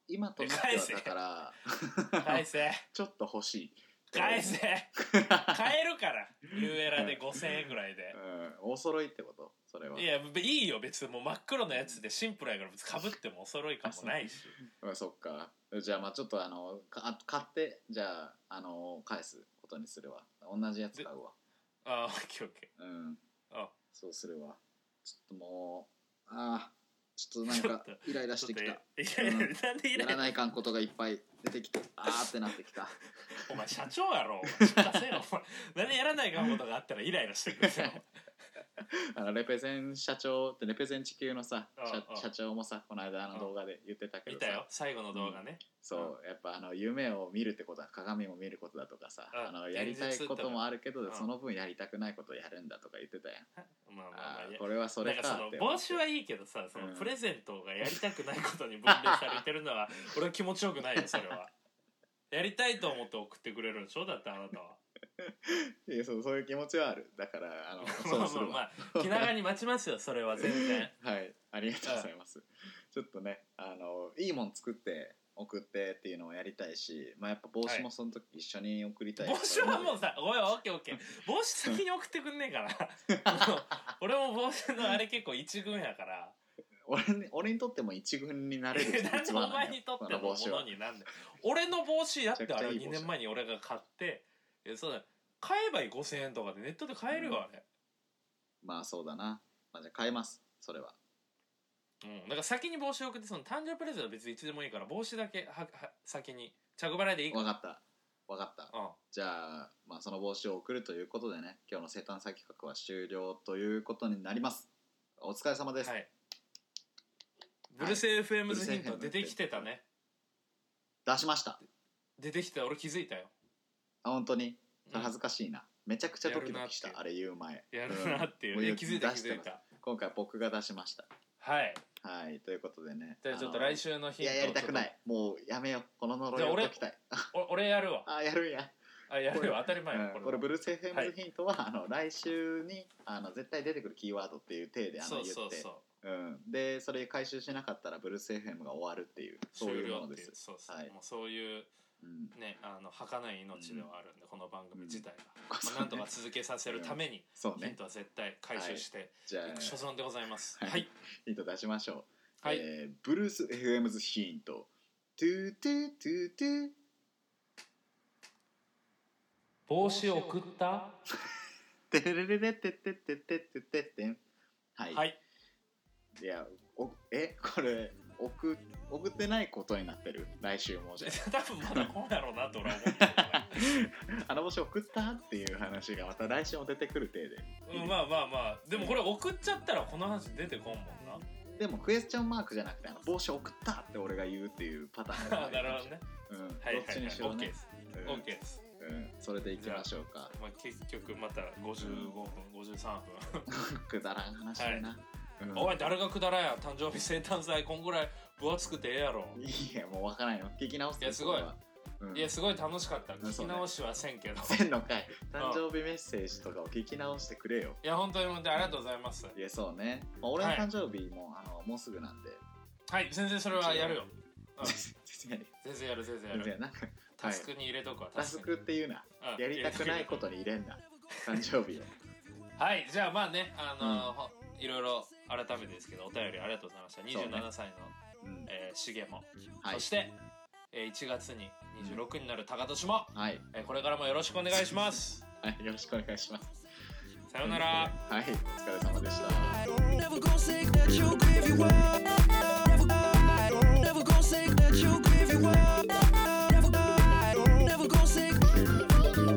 A: 今となって
B: 返
A: は
B: せ
A: だから
B: 返せ
A: ちょっと欲しい
B: 返せ買えるからユーエラで5000円ぐらいで
A: うん、お揃いってことそれはい
B: やべいいよ別にもう真っ黒のやつでシンプルやから別にかぶってもお揃いかもないし
A: うんそっかじゃあまあちょっとあのかあ買ってじゃああの返すことにするわ同じやつ買うわ
B: ああオッケーオッケ
A: うん
B: ーあ
A: そうするわちょっともうあーちょっとなんか
B: ちょっ
A: イライラ
B: ち
A: し
B: ょってと
A: き
B: い
A: た
B: やいや
A: うん
B: なんでい
A: や
B: ら
A: ら
B: ない
A: ないかんことがいっぱい出てきてあーってなってき た
B: お前社長やろお前出せよお前なんでやらないかんことがあったらイライラしてくる よ
A: あのレペゼン社長ってレペゼン地球のさ
B: うん
A: 社
B: うん
A: 社長もさこの間あ
B: う
A: の
B: ん
A: 動画で言ってたけ
B: 見
A: どさ
B: たよ最後の動画ね
A: そうやっぱあの夢を見るってことは鏡を見ることだとかさ
B: うん
A: あのやりたい
B: 現実
A: こともあるけど
B: うん
A: その分やりたくないことをやるんだとか言ってたやん
B: まあまあ
A: あ
B: まあい
A: ー
B: や
A: これはそ
B: な
A: れ
B: ん
A: か
B: かそ
A: って
B: の
A: 思
B: 帽
A: っ
B: 子
A: て
B: はいいけどさその
A: うん
B: プレゼントがやりたくないことに分類されてるのは俺は気持ちよくないよそれ はやりたいと思って送ってくれるんでしょだってあなたはい
A: やそうそういう気持ちはあるだから あのそうする
B: ま
A: わ
B: あまあ気長に待ちますよそれは全 然
A: はいありがとうございますちょっとねあのいいもん作って送ってっていうのをやりたいしまあやっぱ帽子もその時一緒に送りたい
B: 帽子はもう
A: う
B: さ「おいオッケーオッケー 帽子先に送ってくんねえから俺も帽子のあれ結構一軍やから
A: 俺に俺にとっても一軍になれる
B: えなんで
A: 立
B: お
A: 場な
B: 前
A: んよ
B: にとって
A: こ
B: の
A: の
B: も
A: 帽子
B: の
A: は
B: になんで俺の帽子やってあれ
A: めちゃくちゃいい
B: 2
A: 帽子
B: 年前に俺が買ってえそうだ買えばいい5000円とかでネットで買えるよあれ
A: まあそうだなまあじゃあ変えますそれは
B: うんだから先に帽子送ってその誕生日プレゼントは別にいつでもいいから帽子だけはは先に着払いでいいか
A: わかったわかった
B: らうん
A: じゃあ,、まあその帽子を送るということでね今日の生誕祭企画は終了ということになりますお疲れ様です、
B: はいブルセ FM ズヒント
A: ブルセ FM
B: 出てきてたね
A: 出しました
B: 出てきてた俺気づいたよ
A: あ本当に
B: うん
A: 恥ずかしいな、めちゃくちゃドキドキした
B: やるなっていう
A: あれ言う前
B: やるなっていう、
A: うん
B: いや気づいた
A: 出して
B: 気づい
A: ます
B: た
A: 今回僕が出しました
B: はい
A: はいということでね
B: じゃあちょっと来
A: 週
B: 週のヒ
A: い
B: ント
A: や
B: を
A: やりたくな
B: ち
A: いもうやめようこの呪いを解きたい
B: ょっとお俺やるわ
A: あやるんや
B: あやるわ当たり前よ
A: うんこれブルース・エフェ
B: はい
A: ムズヒントは、あの来週にあの絶対出てくるキーワードっていう体であの
B: そ
A: 言
B: う
A: って
B: そうそう
A: うん、でそれ回収しなかったらブルース・エフェムが終わるっていうそう
B: 終
A: いう
B: 了
A: もの
B: っ
A: で
B: ていう
A: す、
B: そうそう、
A: はい
B: もうそういう
A: うん、
B: ねあの儚い命ではあるんで、この番組自体が、
A: こ
B: まあ
A: そ
B: なんと
A: ね
B: か続けさせるために、
A: そう
B: ヒン
A: ね
B: トは絶対回収して
A: じゃ
B: いく所
A: あ
B: 存でございますは
A: はいい
B: はい、
A: ヒント出しましょう、
B: はい
A: えーブルース・ FM ズヒントトゥートゥートゥートゥー
B: 帽子送った
A: テレレレレテテテテテテテンはい、
B: はい
A: いやおえこれ送送ってないことになってる来週もじゃあ
B: 多分まだこうやろうなと俺は思ってる
A: あの帽子送ったっていう話がまた来週も出てくる体で
B: うんまあまあまあでもこれ送っちゃったらこの話出てこんもんな
A: でもクエスチョンマークじゃなくてあの帽子送ったって俺が言うっていうパターン
B: あ
A: が
B: なるほどね
A: うん、
B: はいはい
A: どっち
B: はい
A: にしろ
B: OK
A: ね
B: で、す
A: うん
B: OK です
A: うん、それでいきましょうか
B: まあ結局また55分53分
A: くだらん話だな、うん
B: おい誰がくだらんや誕生日生誕祭こんぐらい分厚くてええやろ
A: いやもう分からんよ聞き直す
B: いやすごいいや
A: す
B: すごい楽しかった
A: うん
B: 聞き直しはせんけど
A: せんのかい誕生日メッセージとかを聞き直してくれよ
B: いや本当に本当にありがとうございます
A: いやそうね、まあ、俺の
B: はい
A: 誕生日も、あのもうすぐなんで
B: はい全然それはやるようん
A: 全然
B: 全然やる全然や
A: や
B: る
A: るなんか
B: タスクに入れとくわ
A: タスクっていうな
B: うん
A: やりたくないことに入れんな誕生日を
B: はいじゃあまあねあのーほいろいろ改めてですけどお便りありがとうございました
A: そうね
B: 27歳の、
A: うん
B: えー、しげも、
A: はい
B: そして、えー、1月に26になる高俊も、
A: はい、
B: えーこれからもよろしくお願いします
A: はい、よろしくお願いします
B: さようなら
A: はいお疲れ様でした
C: Never gonna say that you'll give you up. Never, never gonna say that you'll give you up. Never, never gonna say.